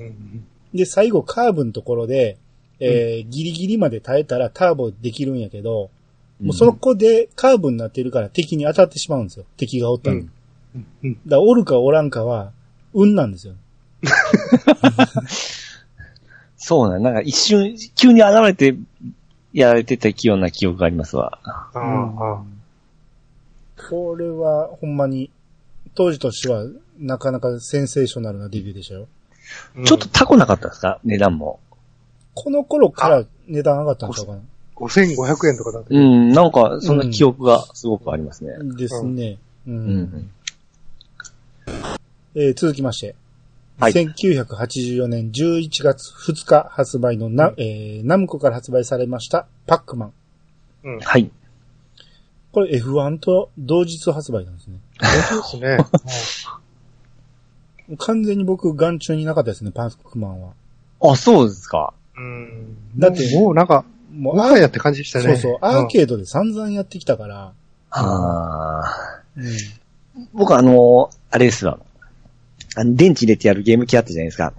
C: うん。
A: で、最後カーブのところで、えーギリギリまで耐えたらターボできるんやけど、もうその子でカーブになってるから敵に当たってしまうんですよ。敵がおったのに。
C: うん
A: だか
C: うんうん。
A: らおるかおらんかは、運なんですよ。
B: そうなん、なんか一瞬、急に現れて、やられてたような記憶がありますわ。
C: ああ。
A: これはほんまに、当時としてはなかなかセンセーショナルなデビューでしたよ。
C: うん
B: ちょっとタコなかったですか値段も。
A: この頃から値段上がったんちゃうかな。
C: 5500円とかだっ
B: うん、なんか、そんな記憶がすごくありますね。
A: ですね。うん
B: うん。うん
A: えー続きまして。
B: はい
A: 1984年11月2日発売のな、えーナムコから発売されましたパックマン。
C: うん。そ
B: はい。
A: これ F1 と同日発売なんですね。
C: うですね。
A: 完全に僕、眼中になかったですね、パックマンは。
B: あ、そうですか。
C: うん。
A: だって
C: もうなんか、
A: も
C: もはやって感じでしたね。
A: そうそう、アー
C: ー
A: ケードで散々やってきたから、
B: あ
A: うん
B: ー僕あのーあれですわ。あの、電池入れてやるゲーム機あったじゃないですか。
A: はい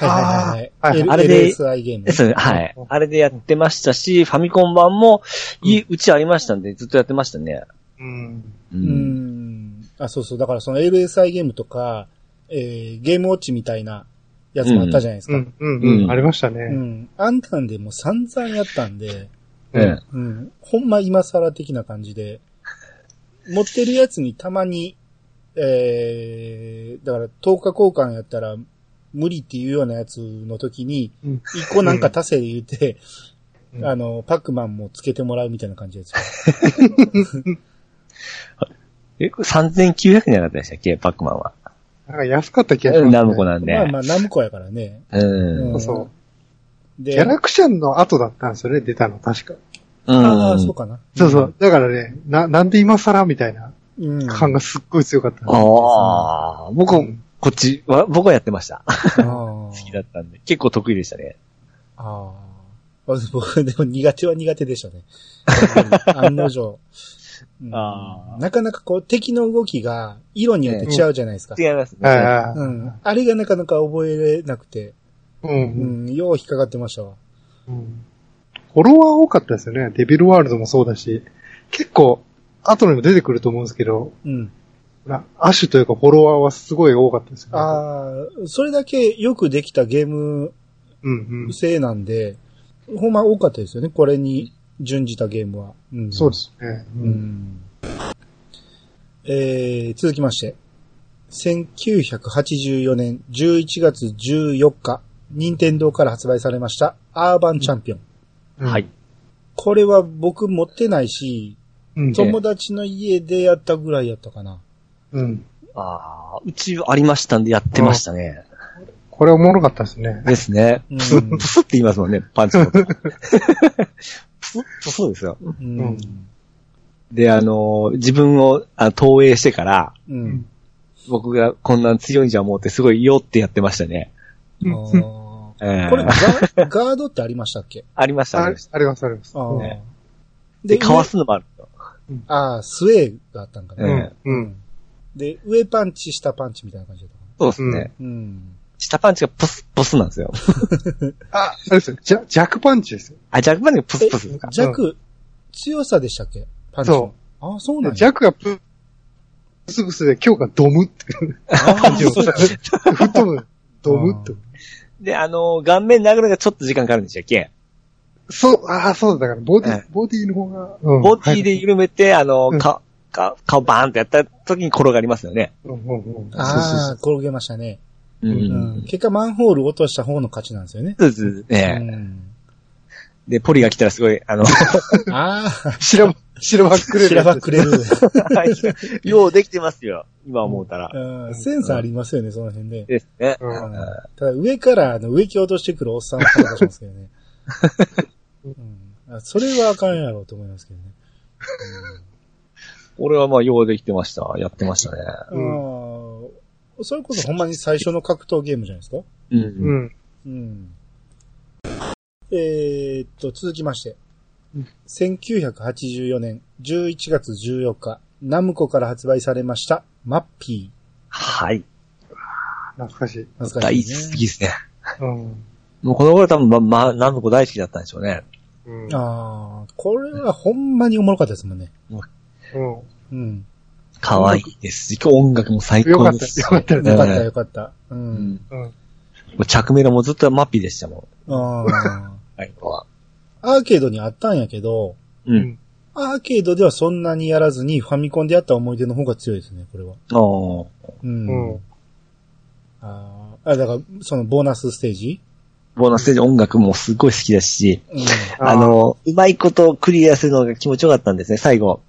C: あー
A: はいはい
C: はい
A: はい。
B: あれで
A: LSI ゲーム
B: で。すねはい
C: うん。
B: あれでやってましたし、ファミコン版も、い、うちありましたんで、ずっとやってましたね。
C: うん。
B: う
A: う。ん。あ、そうそう。だからその LSI ゲームとか、えーゲームウォッチみたいなやつもあったじゃないですか。
C: う
A: うん。
C: ん、うん、
B: う
C: うんん。ありましたね。
A: あんなんでもう散々やったんで、
B: ええ
A: うん。ほんま今更的な感じで、持ってるやつにたまに、えー、だから10日交換やったら無理っていうようなやつの時に、
C: うん
A: 1個なんか足せ言うて、
C: うん
A: あの、パックマンもつけてもらうみたいな感じですよ。
B: え、3900円なかったでしたっけパックマンは。
C: なんか安かった気がします、ね。
B: ナムコなんで。
A: まあまあ、ナムコやからね。
B: うん。
C: そうそう。
A: で
C: ギャラクシャンの後だったんですよね、出たの、確か。
A: あ
B: う
A: あ、
B: ん
A: そうかな。
C: そうそう。だからね、な、なんで今更みたいな
A: うん。
C: 感がすっごい強かった。
B: ああ、僕、
C: うん
B: こっちは、僕はやってました。
A: 好
B: 好きだったんで。結構得意でしたね。
A: あーあ。僕、 でも苦手は苦手でしたね。 案の定。うん
B: あー
A: なかなかこう、敵の動きが色によって違うじゃないですか。
B: 違いますね。
C: ああ
A: う。ん。あれがなかなか覚えれなくて、
C: う。
A: うんん、よう引っかかってましたわ。
C: うんフォロワー多かったですよね。デビルワールドもそうだし。結構、後にも出てくると思うんですけど、
A: うん。
C: なアッシュというかフォロワーはすごい多かったですよね。
A: ああ、それだけよくできたゲーム
C: うんうん。
A: 性なんで、ほんま多かったですよね、これに準じたゲームは。うん、
C: そうですね。う。
A: うんんえー、続きまして。1984年11月14日、任天堂から発売されました、アーバンチャンピオン。
B: はい。
A: これは僕持ってないし、
C: うん。
B: そう
A: 友達の家でやったぐらいやったかな。
C: うん。
B: ああ、うちありましたんでやってましたね。
C: これおもろかったですね。
B: ですね。
A: うん
B: プスッ、プスって言いますもんね、パンチの 音。プスッ、プスですよ。
A: うん。
B: で、あのー自分をあ投影してから、
A: うん。
B: 僕がこんなん強いんじゃ思うってすごいよってやってましたね。
A: あ
C: うん
A: ー
B: えー
A: これガ、ガードってありましたっけ
B: ありました、あ
C: あ
B: りました。
C: あります、あります。
A: あー
B: ね
A: で、
B: で、かわ
A: 上
B: すのもあるよ。
A: あー、スウェーがあったんか
B: う
C: う
A: な。
B: ん
C: ん。うん。
A: で、上パンチ、下パンチみたいな感じだったか
B: そうですね。
A: な。うん。
B: 下パンチがプスップスなんですよ。
C: あ、あれですよ。ジャジャックパンチですよ。
B: あ、ジャックパンチがプスプスですか
A: 弱、強さでしたっけパンチの。ああ、そうなん
C: ジャ
A: や
C: ックがプスブスで今日がドムって感じを。 吹っ飛ぶ。ドムって。
B: で、あのー顔面殴るのがちょっと時間かかるんでしたっけ、
C: そう、ああ、そうだから、ボデ
B: ええ
C: ィ、ボディの方が。うん
B: ボディで緩めて、あのー
C: うん
B: か、か、顔バーンってやった時に転がりますよね。
C: うんうんうん
A: ああ、転げましたね。
B: うん。
C: う
A: うん。結果マンホール落とした方の勝ちなんですよね。
B: そうです
A: う
B: ね。
A: ん。
B: で、ポリが来たらすごい、あの、
A: ああ、
C: 白ば、白ばっ くれる。
A: しらばっくれ る。
B: ようできてますよ。今思うたら。
A: うんセンスありますよね、その辺で。
B: ですね。
C: う
A: うん
C: ん。
A: ただ上から、あの、植木落としてくるおっさんを探しますけど ね。うんあそれはあかんやろうと思いますけどね。
B: 俺はまあ、ようできてました。やってましたね。
A: うんあーそれこそほんまに最初の格闘ゲームじゃないですか
B: うん。
C: う
B: うん
C: ん。
A: うん。えーっと、続きまして
C: うん。
A: 1984年11月14日、ナムコから発売されました、マッピ
B: はい。
C: 懐かしい。
A: ー。懐か
B: 大
A: しい
B: 好きですね。
C: うん。
B: もうこの頃多分、ま、ま、ナムコ大好きだったんでしょうね。
C: うん
A: ね。ああ、これはほんまにおもろかったですもんね。
C: うん
A: うん。
B: 可愛いです。音楽も最
C: よか
B: 高
C: っ
B: で
C: た、
B: す。
C: よかった
A: よ
C: です。
A: かった
B: ね
A: よかった。う。
B: うんん。
C: うん。
B: 着メロもずっとマッピーでしたも
A: ああ。
B: ん。はい。は
A: アーケードにあったんやけど、
B: う。
C: うんん
A: アーケードではそんなにやらずにファミコンでやった思い出の方が強いですね、これは。
B: ああ。
A: うん。
C: うん
A: あーあ、だから、そのボーナスステージ
B: ボーナスステージ音楽もすごい好きだし、
A: うん。
B: あの、うまいことクリアするのが気持ちよかったんですね、最後。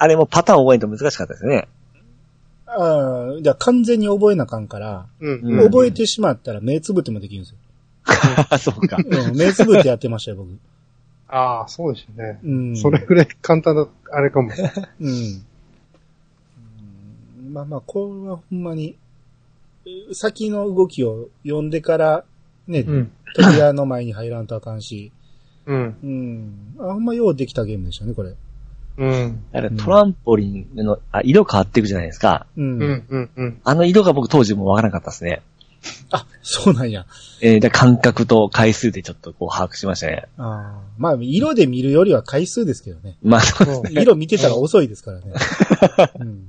B: あれもパターン覚えると難しかったですね。
A: ああ、じゃあ完全に覚えなあかんから、
C: うん。
B: うん
A: 覚えてしまったら目つぶってもできるんですよ。
B: そうか。
A: うん、目つぶってやってましたよ、僕。
C: ああ、そうですね。
A: うん。
C: それぐらい簡単な、あれかも。
A: うん。うんまあまあ、これはほんまに、えー先の動きを読んでから、ね、
C: うん。
A: 扉の前に入らんとあかんし、
C: うん。
A: うん。あんまようできたゲームでしたね、これ。
C: うん。
B: だからトランポリンの、あ、色変わっていくじゃないですか。
A: うん。
C: うん。うん。うん。
B: あの色が僕当時もわからなかったですね。
A: あ、そうなんや。
B: えー、だから感覚と回数でちょっとこう把握しましたね。
A: あーまあ、色で見るよりは回数ですけどね。
B: まあそうです
C: そ
B: ね。
C: う
A: 色見てたら遅いですからね。うん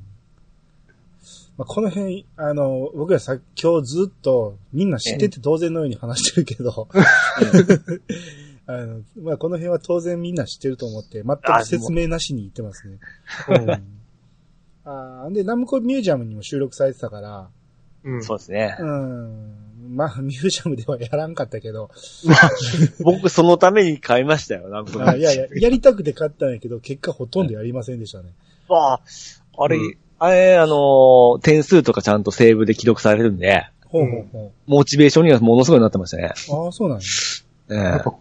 A: まあ、この辺、あの、僕らさ、今日ずっと、みんな知ってて当然のように話してるけど、 あの、まあ、この辺は当然みんな知ってると思って、全く説明なしに言ってますね。うんあーで、ナムコミュージアムにも収録されてたから、
C: うん。
B: そうですね
A: う。ん、まあ、ミュージアムではやらんかったけど、
B: 僕そのために買いましたよ、な
A: あ
B: んか。
A: いやいや、やりたくて買ったんやけど、結果ほとんどやりませんでしたね。
B: ああれ、
C: うん
B: あれ、あのー点数とかちゃんとセーブで記録されるんで、
A: ほうほうほ
B: モチベーションにはものすごいなってましたね。
A: う。ああ、そうなんや。
B: え
C: や
B: え
C: っぱ、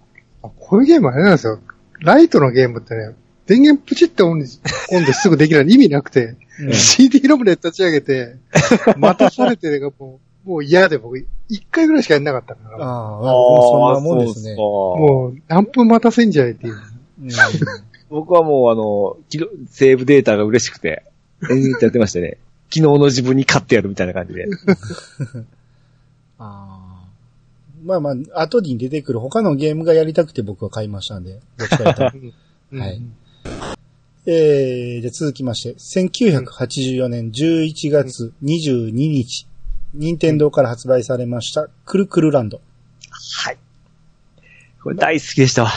C: あこういうゲームあれなんですよ。ライトのゲームってね、電源プチってオンに、オンですぐできない意味なくて、
A: うん
C: CD ロムで立ち上げて、待たされてね、もう、もう嫌で僕、一回ぐらいしかやんなかったから、
A: ああ、そんなもんですね。
B: そう
C: もう何分待たせんじゃい っていう。
B: そう僕はもうあの、記録セーブデータが嬉しくて、延々とやってましたね。昨日の自分に勝ってやるみたいな感じで。
A: ああまあまあ、後に出てくる他のゲームがやりたくて僕は買いましたんで、どっちか言った ら
C: うん
A: はいえー、じゃあ続きまして、1984年11月22日、任天堂から発売されました、くるくるランド。
B: はい。これ大好きでしたわ。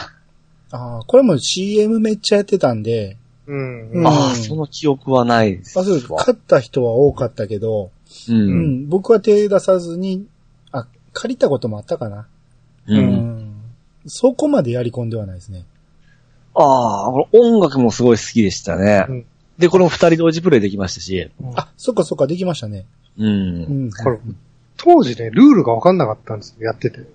A: ああこれも CM めっちゃやってたんで、
C: うん。
A: うん
C: あ
B: ああ、その記憶はないです
A: ま
B: わ。
A: あ、そう買った人は多かったけど、
B: う。
A: うんん、僕は手出さずに、あ、借りたこともあったかな。
B: う。
A: うんんそこまでやり込んではないですね。
B: ああ、これ音楽もすごい好きでしたね
C: うん。
B: で、これも二人同時プレイできましたし。
A: あ、そっかそっか、できましたね。
B: う。
A: うんん。
C: これ、当時ね、ルールが分かんなかったんですよ、やってて。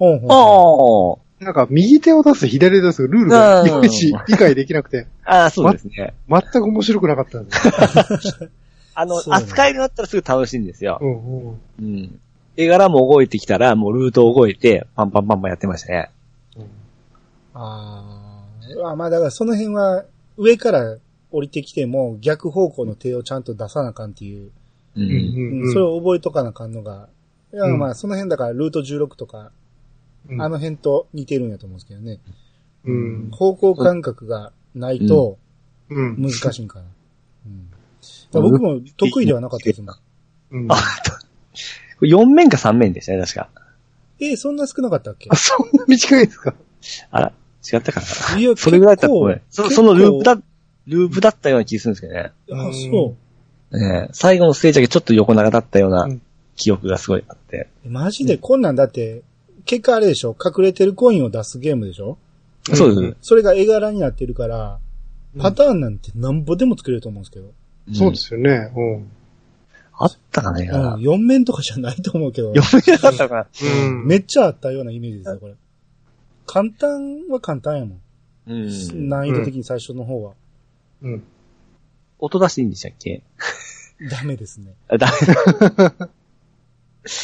A: ほうほうほ
B: ああ。
C: なんか、右手を出す、左手を出す、ルールが
B: うん
C: いまいち理解できなくて、
B: ああ、そうですね。
C: 全く面白くなかったん ですよ。
B: あの、
A: そうね
B: 扱いになったらすぐ楽しいんですよ。
C: うんうん
B: うん。絵柄も動いてきたら、もうルートを動いて、パンパンパンパンやってましたね。
C: うん
A: うあーあ。まあだからその辺は上から降りてきても逆方向の手をちゃんと出さなあかんっていう、
C: う
B: う。
C: んん
A: うんそれを覚えとかなあかんのが、いや
C: うん
A: まあその辺だからルート16とか、
C: うん
A: あの辺と似てるんやと思うんですけどね。
C: うん。
A: 方向感覚がないと
C: うん。
A: 難しいんかな。うんまあ僕も得意ではなかったですもん。
C: うん
B: あ4面か3面でしたね、確か。
A: えーそんな少なかったっけ
C: あ、そんな短いですか
B: あら、違ったかな。
A: いや
B: それぐらいだったらごめん
A: 結構
B: そそのループ
A: 結
B: だ、ループだったような気がするんですけどね。
A: 構あ、そう。
B: ええ最後のステージだけちょっと横長だったような
C: うん
B: 記憶がすごいあって。
A: マジでこんなんだって、結果あれでしょ隠れてるコインを出すゲームでしょ
C: うん
B: そうです、
A: それが絵柄になってるから、パターンなんてなんぼでも作れると思うんですけど。
B: うん
C: そうですよね。うん。
B: あったかな、絵
A: うん、。
B: 柄
A: 4面とかじゃないと思うけど。
B: 読めなかったかな。
C: うん。
A: めっちゃあったようなイメージですよ、これ。簡単は簡単やもん。
B: うん。
A: 難易度的に最初の方は。
C: うん。
B: 音出していいんでしたっけ
A: ダメですね。
B: あ、だ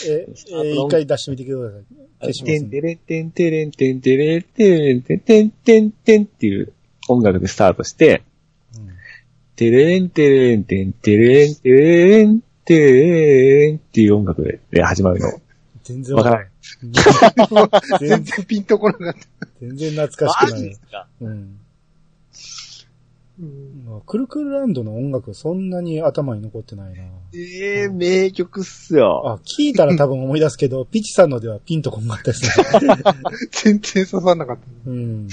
A: え、え一回出してみてください。消しま
B: て
A: すね
B: んてれてんてれんてんてれんてれんてんてんてんてんっていう音楽でスタートして、てれんてれんてんてれんてれんてれんっていう音楽で始まるの。
A: 全然
B: わからない。
A: 全
C: 全
A: 然、
C: 然ピンとこなかった。
A: 全然懐かしく
B: マ
A: な
B: ジで
A: い
B: す。か
A: うん。
C: うん
A: まあくるくるランドの音楽そんなに頭に残ってないな。
B: ええ、名曲っすよ。
A: あ、聞いたら多分思い出すけ ど、ピチさんのではピンとこんかったですね。
C: 全然刺さんなかった。
A: うん。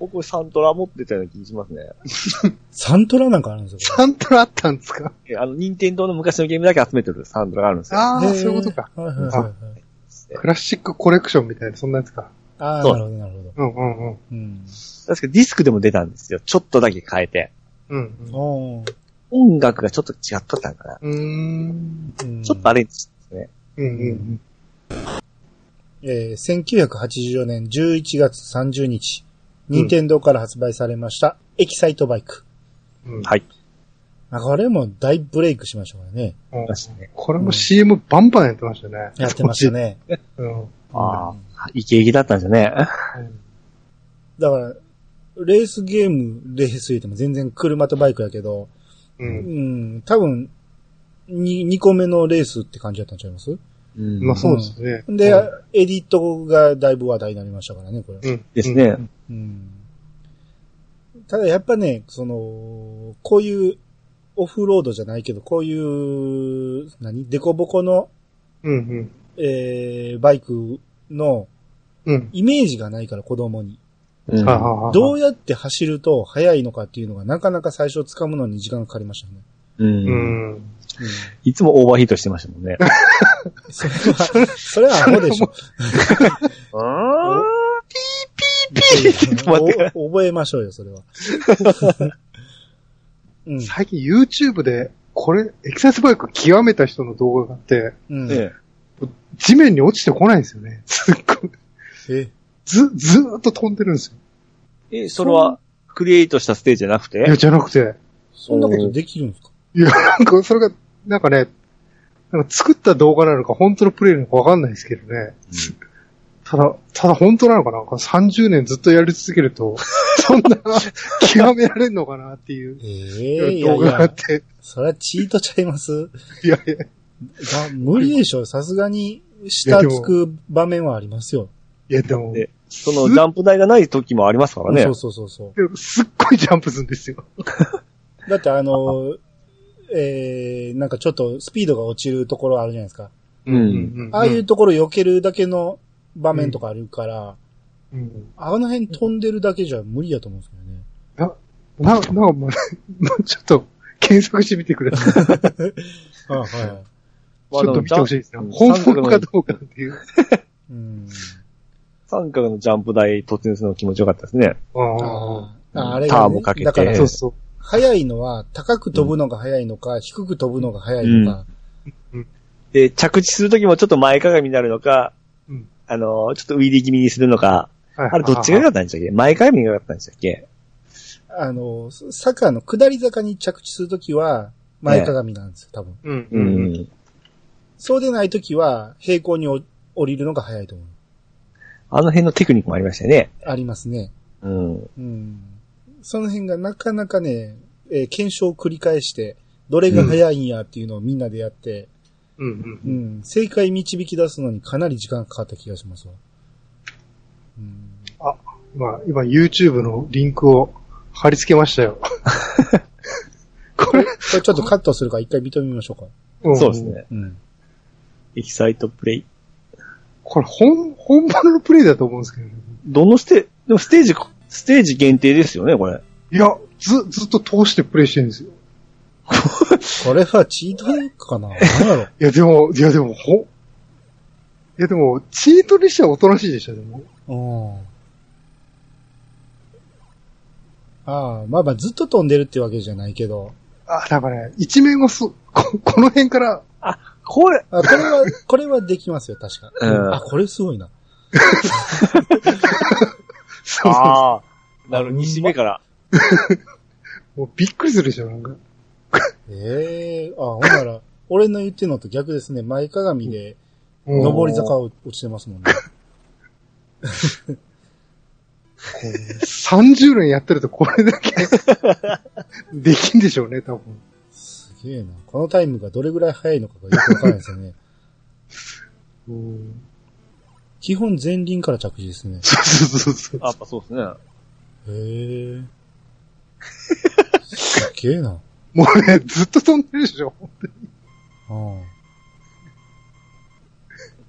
B: 僕サントラ持ってたような気がしますね。
A: サントラなんかあるんですよ。
C: サントラあったんですか
B: えあの、任天堂の昔のゲームだけ集めてるサントラがあるんですよ。
C: ああ、
A: へ
C: そう
A: ー
C: いうことか。
A: はいはいはいはい。
C: クラシックコレクションみたいな、そんなやつか。
A: ああ、
B: そう
A: なるほど、なるほど。
C: うんうんうん。
A: うん。
B: 確かディスクでも出たんですよ。ちょっとだけ変えて。
C: うん
A: おー
B: 音楽がちょっと違っとったんかな。
C: うん。うーん。
A: うん
B: ちょっとアレンジしたんです
C: う
B: ね。
C: んうん
A: えー1984年11月30日、
C: うん
A: 任天堂から発売されました、エキサイトバイク。
C: うん。うん
B: はい。
A: あこれも大ブレイクしましたからね。
C: うん
B: ましたね。
C: これも CM バンバンやってましたね。
A: やってましたね。
C: 当時。うん。
B: ああ、イケイケだったんですよね。
A: だから、レースゲーム、レース言っても全然車とバイクやけど、う
C: う。
A: んん、多分、に、2個目のレースって感じだったんちゃいます
B: うん
C: まあそうですね。
A: で、
C: うん
A: エディットがだいぶ話題になりましたからね、これ。
C: うん。
B: ですね。
A: うんただやっぱね、その、こういう、オフロードじゃないけど、こういう、何デコボコの、
C: うんうん。
A: えー、バイクの
C: うん。
A: イメージがないから、子供に。
B: うん
C: はあはあはあ
A: どうやって走ると速いのかっていうのが、なかなか最初掴むのに時間がかかりましたね。
B: う。
C: うんん。
B: いつもオーバーヒートしてましたもんね。
A: うん、それは、それはアホでしょ。
B: ピーピーって止まって。
A: お覚えましょうよ、それは。うん
C: 最近 YouTube で、これ、エキサイズバイク極めた人の動画があって、
A: うん。
B: ね
C: 地面に落ちてこないんですよね。すっごい。
A: え
C: ず、ずーっと飛んでるんですよ。
B: え、それは、クリエイトしたステージじゃなく
C: いや、
B: て
C: じゃなくて、
A: そんなことできるんですか
C: いや、なんか、それが、なんかね、なんか作った動画なのか、本当のプレイなのかわかんないですけどね。ただ、ただ本当なのかなこの ?30 年ずっとやり続けると、そんな、極められんのかなっていう
A: ええいや
C: 動
A: い
C: 画があっ
A: や、
C: て、
A: それはチートちゃいます
C: いやいや、
A: だ無理でしょ。さすがに、下つく場面はありますよ。
C: いやでも、
B: でそのジャンプ台がない時もありますからね
A: そう。そうそうそ
C: でもすっごいジャンプするんですよ。
A: う。だってあの、えー、なんかちょっとスピードが落ちるところあるじゃないですか。
B: うん
A: ああいう、ところ避けるだけの場面とかあるから、
C: うん
A: あの辺飛んでるだけじゃ無理だと思うんですけどね。
C: な、なんかもう、ちょっと、検索してみてください。ち
A: あはい。
B: まあ
C: ょっと見てほしいですね
B: うん。
C: 本物かどうかっていう。
A: うん。
B: 三角のジャンプ台突入するの気持ちよかったですね。
C: あ
A: あーあれが、ね、
B: ターボかけて
A: だか
B: あ
C: あ。
A: ら
C: そうそう。
A: 速いのは、高く飛ぶのが速いのか、低く飛ぶのが速いのか、
B: で、着地する時もちょっと前かがみになるのか、
C: うん
B: あのー、ちょっとウィリー気味にするのか、
C: はい
B: あれどっちが良かったんでしたっけ前かがみが良かったんでしたっけ
A: あの、サッカーの下り坂に着地するときは、前かがみなんですよ、多分。
C: うん。
B: う
C: うん。
B: ん。
A: そうでないときは、平行にお降りるのが早いと思う。
B: あの辺のテクニックもありましたよね。
A: ありますね。
B: うん。
A: うん。その辺がなかなかね、えー検証を繰り返して、どれが早いんやっていうのをみんなでやって、う
C: う。
A: んん、正解導き出すのにかなり時間がかかった気がしますわ。うん。
C: まあ、今 YouTube のリンクを貼り付けましたよ。これ、
A: これちょっとカットするから一回見てみましょうか。
C: ん
B: そうです。ね。
A: うん。
B: エキサイトプレイ。
C: これ、本、本物のプレイだと思うんですけどね。
B: どのステ、でもステージ、ステージ限定ですよね、これ。
C: いや、ず、ずっと通してプレイしてるんですよ。
A: これはチートかな何やろ
C: いや、でも、いや、でも、ほ、いや、でも、チートにしてはおとなしいでしたよ、でも。
A: うん。ああ、まあまあずっと飛んでるってわけじゃないけど。
C: あ、だからね、一面をす、こ、この辺から、
B: これ、
A: あ、これは、 これはできますよ、確か。
B: うん
A: あ、これすごいな。
C: そうそ
B: ああ。なるほど、西目から。
C: う。もうびっくりするでしょ、なんか。
A: ええあ、ほんなら、俺の言ってんのと逆ですね。前かがみで、
C: うん
A: 上り坂を落ちてます もんね。
C: 30年やってるとこれだけ、 できんでしょうね、多分。
A: すげえな。このタイムがどれぐらい速いのかがよくわからないですよ ね。
C: うん。
A: 基本前輪から着地ですね。
C: そうそうそうそ
B: あや
C: う。
B: っぱそうです
A: へ
B: ね。
A: え。すげえな。
C: もうね、ずっと飛んでるで しょ。
A: うん。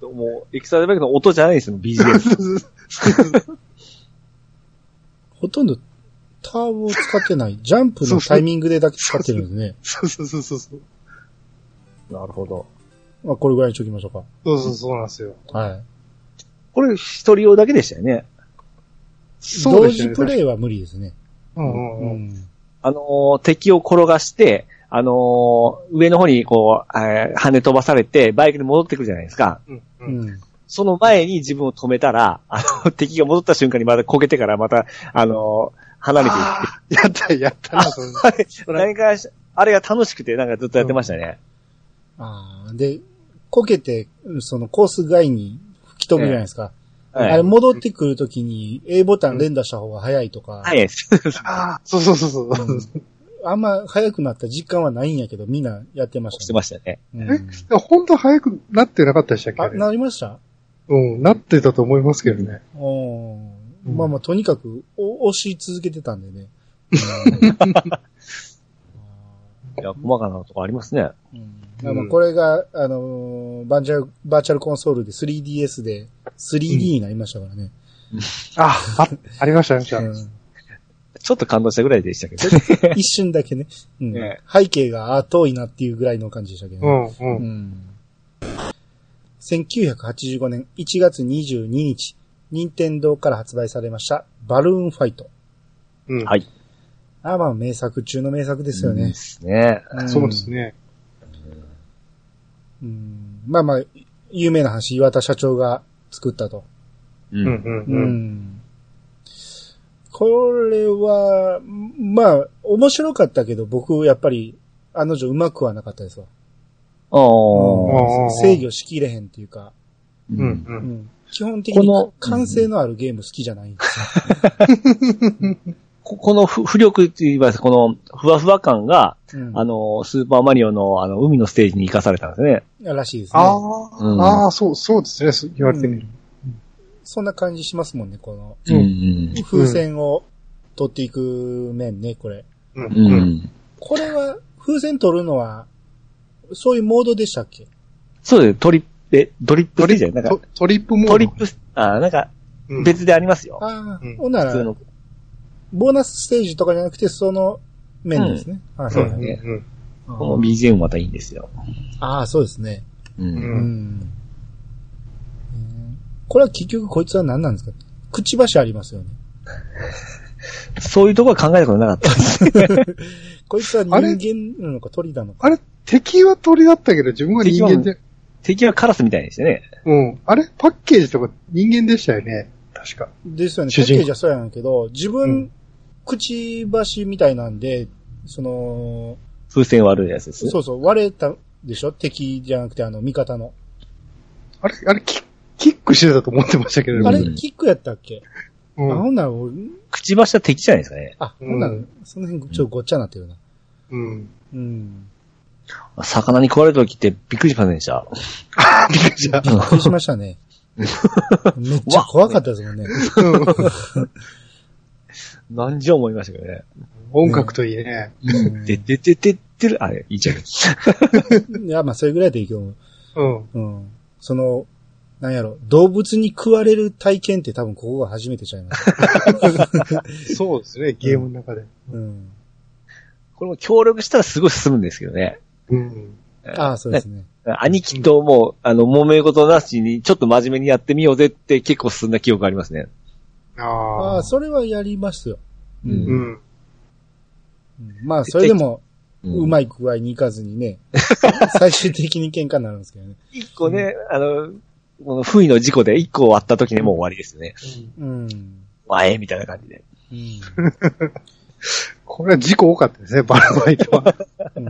B: もう、エキサイトバイクの音じゃないですよ、BGM。
C: そうそうそう
A: ほほとんどターボを使ってない。ジャンプのタイミングでだけ使ってるんですね。
C: そうそうそうそうそう。
D: なるほど。
A: まあ、これぐらいにしときましょう
C: そうそうそうなんですよ。
A: か。はい。
D: これ、一人用だけでしたよね。
C: そう
A: 同
C: でした
A: 時
C: ね。
A: プレイは無理ですね。
C: うんうんうん。
A: ん。
B: あのー敵を転がして、あのー上の方にこう、えー跳ね飛ばされて、バイクに戻ってくるじゃないですか。
C: うんう。
A: うんん。
B: その前に自分を止めたら、あの、敵が戻った瞬間にまた焦げてからまた、あのー離れていく。
C: あーやった、やったな、それ。
B: 何かし、あれが楽しくて、なんかずっとやってましたね。
A: ああ、で、こけて、そのコース外に吹き飛ぶじゃないですか。
B: はい。
A: あれ戻ってくるときに A ボタン連打した方が早いとか、
B: はい
C: ああ、そうそうそうそう。
A: うんあんま早くなった実感はないんやけど、みんなやってまし
B: したて
A: ね。
B: ましたね。
A: うん
C: でも本当早くなってなかったでしたっけあ
A: あ、
C: れ
A: なりました
C: うん、なってたと思いますけどね。
A: おー
C: うん
A: まあまあ、とにかく、お押し続けてたんでね。
B: いや、細かなとこありますね。
A: うんまあまあこれが、あのーバーチャル、バーチャルコンソールで 3DS で 3D になりましたからね。
C: あ、あ、ありました、ありました。
A: うん
B: ちょっと感動したぐらいでしたけど。
A: 一瞬だけね。うん
B: ね
A: 背景があ遠いなっていうぐらいの感じでしたけど
C: う
A: ね。
C: ん、うん。
A: 1985年1月22日、任天堂から発売されました、バルーンファイト。
C: うん
B: はい
A: ああまあ名作中の名作ですよ
B: うん
A: ね
B: で。すね。
A: ん
C: そうですね。
A: うんまあまあ、有名な話、岩田社長が作ったと。
B: う。
C: うんん、
A: う
C: うん、
A: んこれは、まあ、面白かったけど、僕、やっぱり、あの女うまくはなかったですわ。
B: ああ。
C: うん
A: 制御しきれへんっていうか、
C: うん。う
B: うんん。
C: う、
A: うんん基本的
B: こ
A: に
B: の
A: 完成のあるゲーム好きじゃないんですよ。
B: ここのふ浮力って言いますか、このふわふわ感が、
A: うん
B: あの、スーパーマリオの、あの、海のステージに生かされたんですね。
A: らしいですね。
C: あ
B: うん
C: あ、ああ、そう、そうですね、そう言われてみる。
A: そんな感じしますもんね、この
C: うん
B: ん
A: 風船を取っていく面ね、これ。
C: う、
B: うんん。う
C: うん。
B: ん。
A: これは、風船取るのは、そういうモードでしたっけ
B: そうです。トリップ、え、ドリップステージじゃないな
C: ト
B: んか、
C: トリップモード。
B: トリップス、あーなんか、
C: うん
B: 別でありますよ。
A: ああ
C: うん、
A: ほんな
B: 普通
A: ら、
B: の。
A: ボーナスステージとかじゃなくて、その面ですね。はい
B: そう
A: は
B: で
A: いはい
B: すね
C: うんうん
B: この BGM またいいんですよ。
A: ああ、そうですね。
B: う。
A: うんん。うんこれは結局こいつは何なんですかくちばしありますよね。
B: そういうとこは考えたことなか ったです。
A: こいつは人
C: あれ
A: 間なのか鳥なのか。
C: あれ、敵は鳥だったけど、自分は人間で。
B: 敵はカラスみたいでしたね。
C: うん。あれ、パッケージとか人間でしたよね。確か。
A: ですよね。
C: 主
A: パッ
C: 人
A: ケー
C: 公
A: ジはそうやんけど、自分、
C: うん
A: くちばしみたいなんで、その、
B: 風船割るやつです。
A: そうそう、割れたでしょ敵じゃなくてあの、味方の。
C: あれ、あれ、キキックしてたと思ってましたけれど
A: あ
C: も。
A: れ、キックやったっけ、
C: う
A: あ、
C: ん
A: ほんなら俺、
B: くちばしは敵じゃないですかね。
A: あ、ほ
C: うん
A: んなら、その辺ちょっとごっちゃになってるな。
C: うん。
A: うん。
B: 魚に食われた時ってびっくりしませんでした。
C: びっくりした。
A: びっくりしましたね。めっちゃ怖かったですもんね。
C: うん
B: 何時思いましたけどね。
C: 音楽といいね。
A: うん
B: で、で、で、で、でる、あれ、いいじゃん。
A: いや、まあ、それぐらいでいいけど、
C: うん。
A: うん。その、なんやろ、動物に食われる体験って多分ここが初めてちゃいます。
C: そうですね、ゲームの中で。
A: うん。
B: これも協力したらすごい進むんですけどね。
C: うん。
A: ああ、そうですね。
B: 兄貴ともう、あの、揉め事なしに、ちょっと真面目にやってみようぜって結構進んだ記憶がありますね。
A: あ
C: あ
A: あ、
C: あ。
A: それはやりますよ。
B: う。
C: うんん。
A: うんまあ、それでも、うま
B: い。
A: い具合にいかずにね、最終的に喧嘩になるんですけどね。
B: 一個ね、あの、この不意の事故で一個終わった時にもう終わりですよね。
A: うん。
B: まあ、ええみたいな感じで。
A: うん。
C: これは事故多かったですね、 バラバイトは。
A: うん、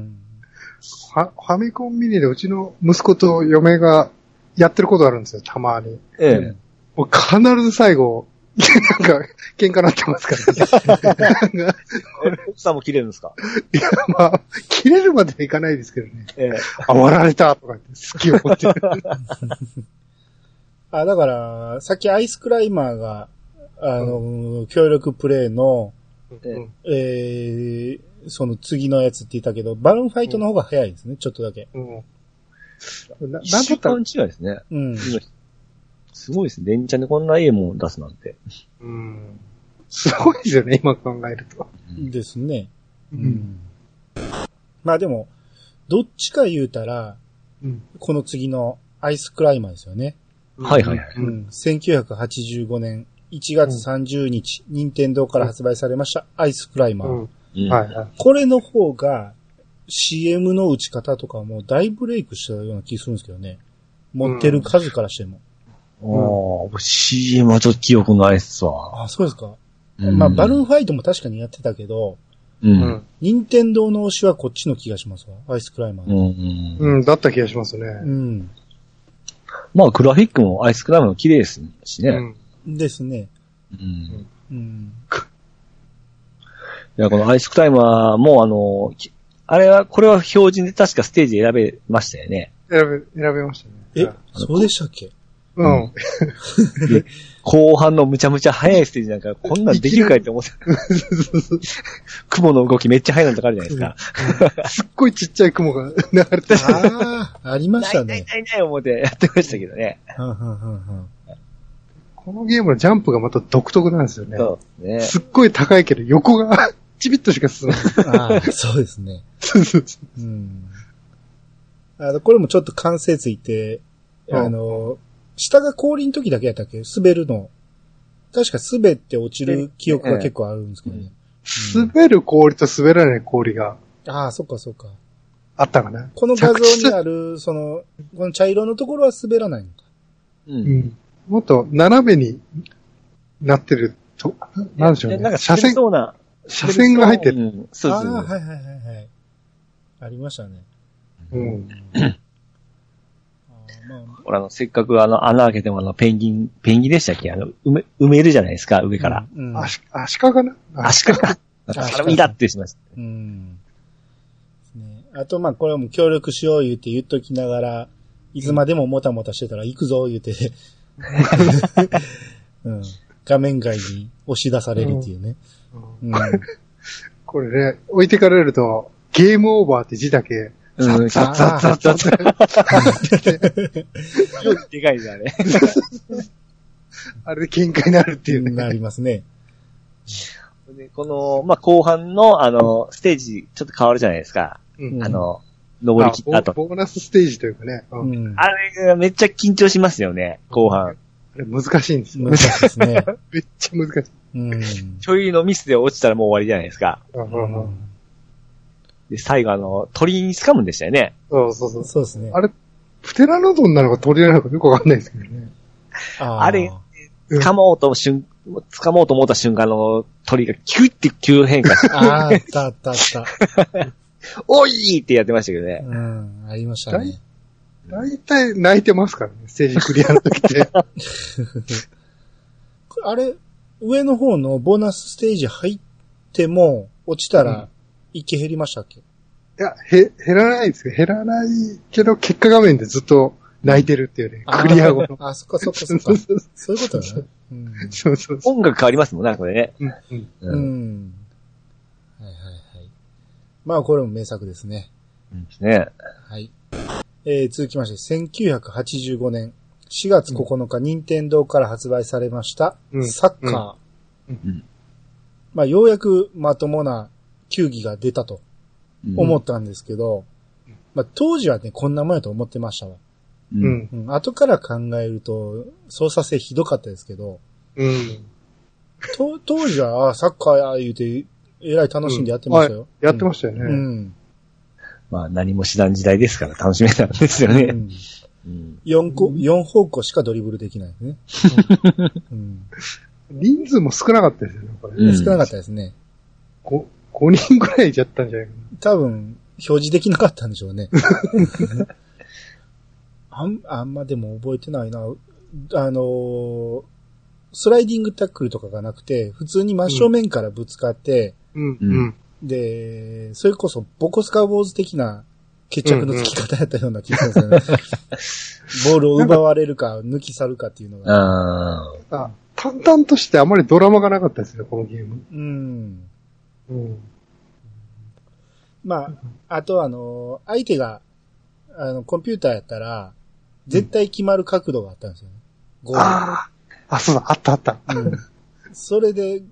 C: ファファミコンミニでうちの息子と嫁がやってることあるんですよ、たまに。
B: え
A: う
B: え
A: ん。
C: もう必ず最後、 なんか、喧嘩なってます からね。なんか
B: 奥さんも切れるんですか
C: いや、まあ、切れるまではいかないですけどね。
B: ええ。
C: あ、割られたとか言って、好きを持ってる。
A: あ、だから、さっきアイスクライマーが、あの、協力プレイの、
B: うん
A: えー、その次のやつって言ったけど、バルーンファイトの方が早いですね、ちょっとだけ。
C: うん。な、なん
B: 一
C: だ
B: 週
C: った
B: 間
C: ら、
B: 違いですね。
A: うん。
B: すごいですね。連チャンでこんなええもん出すなんて。
C: うん。すごいですよね、今考えると。
A: ですね。
C: う。
A: うんん。まあでも、どっちか言うたら、
C: うん
A: この次のアイスクライマーですよね。
B: はいはいはい。
C: うん。
A: 1985年1月30日、任天堂から発売されました、アイスクライマー。
C: うん
B: うん
C: はいはい。
A: これの方が、CM の打ち方とかも大ブレイクしたような気するんですけどね。持ってる数からしても。
B: ああ、CM はちょっと記憶ないっすわ。
A: あ、そうですか。まあ、バルーンファイトも確かにやってたけど、
B: う。
C: うんん。
A: 任天堂の推しはこっちの気がしますわ。アイスクライマー
B: う
A: の。
B: ん。
C: うん、だった気がしますね。
A: うん。
B: まあ、グラフィックもアイスクラムも綺麗ですし
C: う
B: ね。
C: ん。
A: ですね。
B: うん。
A: うん。
B: いや、このアイスクライマーも、あの、きあれは、これは標準で確かステージ選べましたよね。
C: 選べ、選べましたね。
A: え、そうでしたっけ
C: うん。
B: 後半のむちゃむちゃ速いステージなんか、こんなんできるかいって思った。雲の動きめっちゃ速いのとかあるじゃないですか。
C: すっごいちっちゃい雲が流れてる。
A: ああ、ありまし
B: ない
A: た
B: ない
A: ね。
B: ないない思ってやってましたけどね。
A: うんうんうんうん
C: このゲームのジャンプがまた独特なんですよね。
B: そうです
C: すっごい高いけど、横が、ちびっとしか進まない。
A: ああ、そうですね。
C: そうそうそ
A: うん。あの、これもちょっと関節ついて、
C: うん
A: あの、下が氷の時だけやったっけ滑るの。確か滑って落ちる記憶が結構あるんですけどね。う
C: う。 滑る氷と滑らない氷が
A: ああ、そっかそっか。
C: あったかな。
A: この画像にある、その、この茶色のところは滑らないのか。
B: ね。う。
C: うんん。もっと斜めになってると、なんでしょう
B: でなん
C: ね。
B: か、
C: 車
B: 車
C: 線
B: 線、そうな。
C: 車線が入ってる。
B: うん。そう
A: あ
B: そ
A: あ
B: う
A: ー、
B: そう
A: はいはいはいはい。ありましたね。
C: うん。
A: あーまあ、
B: ほら、あの、せっかくあの、穴開けてもあの、ペンギン、ペンギンでしたっけあの、埋め、埋めるじゃないですか、上から。
A: うん。うん
C: あし、アシカかなあ
B: アシカか。
A: シカ
B: あれ、イラってしました。
A: うん。ね、あと、まあ、これはもう協力しよう言うて言っときながら、いつまでももたもたしてたら行くぞ言う て、うん、画面外に押し出されるっていうね。うん。
C: これね、置いてかれると、ゲームオーバーって字だけ、
B: うん、
C: ザッザッザッザッザッ
B: でかいじゃん、あれ。
C: あれで喧嘩になるっていう
A: な
C: ね。
A: りますね。
B: でこの、まあ、後半の、あの、ステージ、ちょっと変わるじゃないですか。
C: うん
B: あの、登り切った
C: あ
B: 後。
C: ボボーナスステージというかね。う
A: うんん。
B: あれがめっちゃ緊張しますよね、後半。
C: あれ難しいんですよ
A: 難。しいですね。
C: めっちゃ難しい。
A: うん。
B: ちょいのミスで落ちたらもう終わりじゃないですか。
C: うん
B: で、最後あの、鳥に掴むんでしたよね。
C: そうそうそう。
A: そうですね。
C: あれ、プテラノドンなのか鳥なのかよくわかんないですけどね。
A: あ
B: あれ
C: うん
B: 掴もうと瞬、掴もうと思った瞬間の鳥がキュッて急変 化して、
A: あーあったあったあった。
B: おいーってやってましたけどね。
A: うん。ありましたね。
C: 大体泣いてますからね、ステージクリアの時って。
A: あれ、上の方のボーナスステージ入っても、落ちたら、一気減りましたっけ、
C: いや、へ、減らないですけど、減らないけど、結果画面でずっと泣いてるっていうね、クリア後の。
A: あ、そっ かそっかそっか
C: そ。うそう
A: そういうことだね。うん。
C: そうそう。
B: 音楽変わりますもんね、これね。
C: うんうん
A: う
B: うん。
A: ん。はいはいはい。まあこれも名作ですね。
B: ね。
A: はい。えー、続きまして、1985年4月9日、任天堂から発売されました、
C: うん
A: サッカー。
C: うん
B: うん
A: まあようやくまともな球技が出たと思
B: っ
A: ったんですけど、まあ当時はね、こんなもんやと思ってましたわ。
B: う。
C: うんん。
A: うん、後から考えると、操作性ひどかったですけど、
C: うん。
A: と当時は、あサッカーや言うて、えらい楽しんでやってましたよ。
C: やってま
A: し
C: したよね。
A: たうん。
B: まあ、何も知らん時代ですから楽しめたんですよ
A: う
B: ね。
A: ん。
B: うん。
A: 4個、四方向しかドリブルできないね。うん。
C: 人数も少なかったですよね、これ。
B: うん
A: 少なかったですね。
C: 5、五人ぐらいいちゃったんじゃないか
A: 多分、表示できなかったんでしょうね。あん、あんまでも覚えてないな。あのースライディングタックルとかがなくて、普通に真正面からぶつかって、
C: な。うん。
B: う
C: うん。
A: で、それこそボコスカ坊主的な決着のつき方やったような気がするんですよね。 ボールを奪われるか、抜き去るかっていうのが。
B: あー
C: あ、淡々としてあまりドラマがなかったですね、このゲーム。
A: うん。
C: うん。
A: まあ、あとあの、相手が、あの、コンピューターやったら、絶対決まる角度があったんですよね。ゴー
C: ああ。あ、そうだ、あったあった。
A: ル。うん、それで、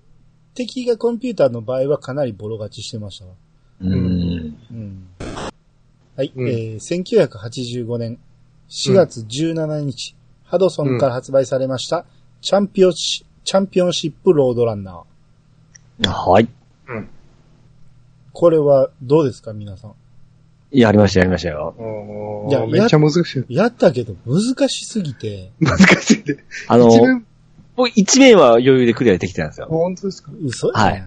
A: 敵がコンピューターの場合はかなりボロ勝ちしてましたわ。
B: うん。
A: うん。はい、
C: うん
A: えー、1985年4月17日、ハドソンから発売されました、チャンピオンシ、チャンピオンシップロードランナー。
B: はい。
A: これはどうですか、皆さん。
B: やりました、やりましたよ。
C: うん。
A: いや
C: めっちゃ難しい。
A: やったけど難しすぎて、
C: 難しいで。
B: あの
C: 一、面、
B: 僕一面は余裕でクリアできてたんですよ。
C: 本当ですか
A: 嘘やん。
B: はい